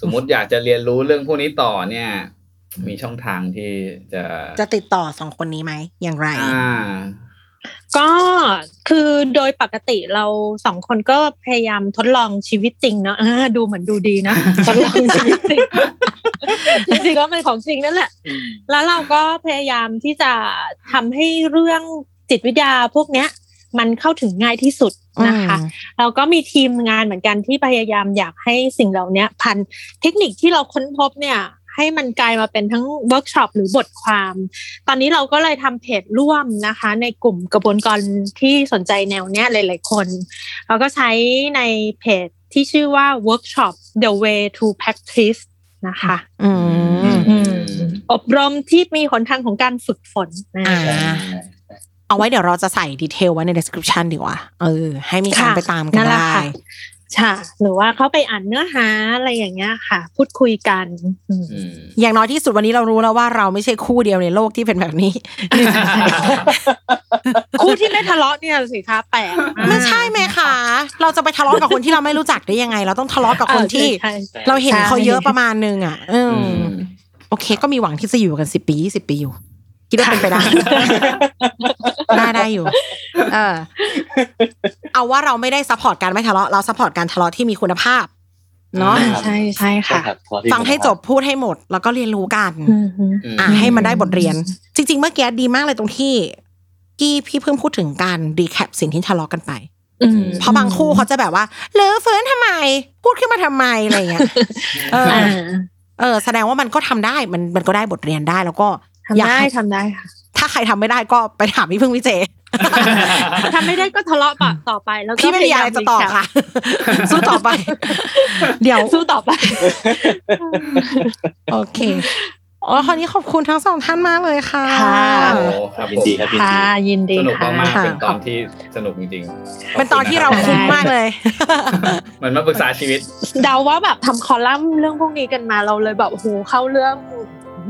B: สมมุติอยากจะเรียนรู้เรื่องพวกนี้ต่อเนี่ย มีช่องทางที่จะ
A: จะติดต่อสองคนนี้ไหม อย่างไร
B: อ่า
C: ก็คือโดยปกติเราสองคนก็พยายามทดลองชีวิตจริงเนอะ อ่าดูเหมือนดูดีนะ ทดลองชีวิตจริงจริงๆแล้ว มันของจริงนั่นแหละ แล้วเราก็พยายามที่จะทำให้เรื่องจิตวิทยาพวกเนี้ย มันเข้าถึงง่ายที่สุดนะคะ เราก็มีทีมงานเหมือนกันที่พยายามอยากให้สิ่งเหล่านี้พันเทคนิคที่เราค้นพบเนี่ย ให้มันกลายมาเป็นทั้งเวิร์กช็อปหรือบทความ ตอนนี้เราก็เลยทำเพจร่วมนะคะ ในกลุ่มกระบวนการที่สนใจแนวเนี้ยหลาย ๆ คน เราก็ใช้ในเพจที่ชื่อว่า workshop the way to practice นะคะ
A: อืม
C: อืม อบรมที่มีหนทางของการฝึกฝนนะ
A: อ่า เอาไว้เดี๋ยวเราจะใส่ดีเทลไว้ใน description ดีกว่า เออ ให้มีการไปตามกัน
C: แหละ
A: ได้
C: ค่ะใช่หรือว่าเขาไปอ่านเนื้อหาอะไรอย่างเงี้ยค่ะ พูดคุยกันอืม
B: อืม
A: อย่างน้อยที่สุดวันนี้เรารู้แล้วว่าเราไม่ใช่คู่เดียวในโลกที่เป็นแบบนี้
C: คู่ที่ไม่ทะเลาะเนี่ยสิคะแปลก
A: ไม่ใช่ไหมคะ เราจะไปทะเลาะกับคนที่เราไม่รู้จักได้ยังไง เราต้องทะเลาะกับคนที่
C: ใช่ใช่
A: เราเห็นเขาเยอะประมาณนึงอ่ะอืม
B: อืม
A: โอเค ก็มีหวังที่จะอยู่กันสิบปียี่สิบปีอยู่ คิดว่าเป็น ไปได้ ได้ได้อยู่ เออ เอาว่าเราไม่ได้ซัพพอร์ตการไม่ทะเลาะ เราซัพพอร์ตการทะเลาะที่มีคุณภาพ เนาะ
C: ใช่ใช่ค่ะ
D: รับขอที่
A: ฟังให้จบพูดให้หมด แล้วก็เรียนรู้กัน
C: อืมฮึ
B: อืม
A: อ่ะให้มันได้บทเรียน จริง ๆ เมื่อกี้ดีมากเลยตรงที่กี้พี่เพิ่งพูดถึงการรีแคปสิ่งที่ทะเลาะกันไป
C: อืม
A: เพราะบางคู่เขาจะแบบว่าเลอะเฟินทำไม พูดขึ้นมาทำไมอะไรอย่างเงี้ย เออ
C: อ่า
A: เออ แสดงว่ามันก็ทำได้มันมันก็ได้บทเรียนได้แล้วก็
C: ทำ
A: อยาก
C: ได้
A: ให้
C: ทำได้ค่ะ
A: ถ้าใครทำไม่ได้ก็ไปถามพี่พึ่งวิเจ
C: ทำไม่ได้ก็ทะเลาะปะต่อไปแล้วก็
A: พี่ไม่มีอะไรจะตอบค่ะ สู้ต่อ ไป เดี๋ยว
C: สู้ต่อไป
A: โอเคอ๋อคราวนี้ขอบคุณทั้งสองท่านมากเลยค่ะ
C: ค่ะ
B: โอ้ครับ
D: ยิ
B: ผม
D: นดีครับยิน
C: ค่ะยิน
D: ดี
C: ดี
B: สนุก
C: ค่ะ
B: มากๆ
A: ค่ะ
B: เป็นตอนที่สนุกจริงๆขบคุณ
A: เป็นตอนที่เรา
B: ะคบ
A: คุ้มมากเลย
B: เหมือนมาปรึกษาชีวิต
C: เดาว่าแบบทำคอลัมน์เรื่องพวกนี้กันมาเราเลยแบบโอ้โหเข้าเรื่อง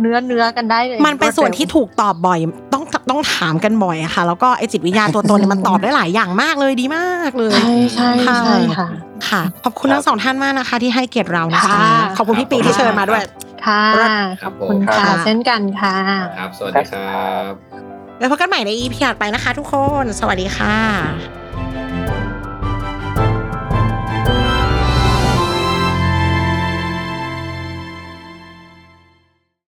C: เนื้อเนื้อกันได้เลย
A: มันเป็นส่วนที่ถูกตอบบ่อย ต้องต้องถามกันบ่อยอะค่ะ แล้วก็ไอจิตวิทยาตัวตนเนี่ยมันตอบได้หลายอย่างมากเลยดีมากเลย
C: ใช่ใช่
A: ค่ะ
C: ใช่ค่ะ
A: ค่ะ ขอบคุณทั้งสองท่านมากนะคะ ที่ให้เกียรติเรานะคะ
C: ค่ะ
A: ขอบคุณพี่ปีที่เชิญมาด้วย
C: ค่ะ
B: ค
C: ข
B: รับ
C: อบคุณ
D: ผมครั
C: ค่ะ
D: บ
C: เช่นกันค่ะ
B: ครับ สวัสดีครับ
A: แล้วพบกันใหม่ในอีพีถัดไปนะคะทุกคน สวัสดีค่ะ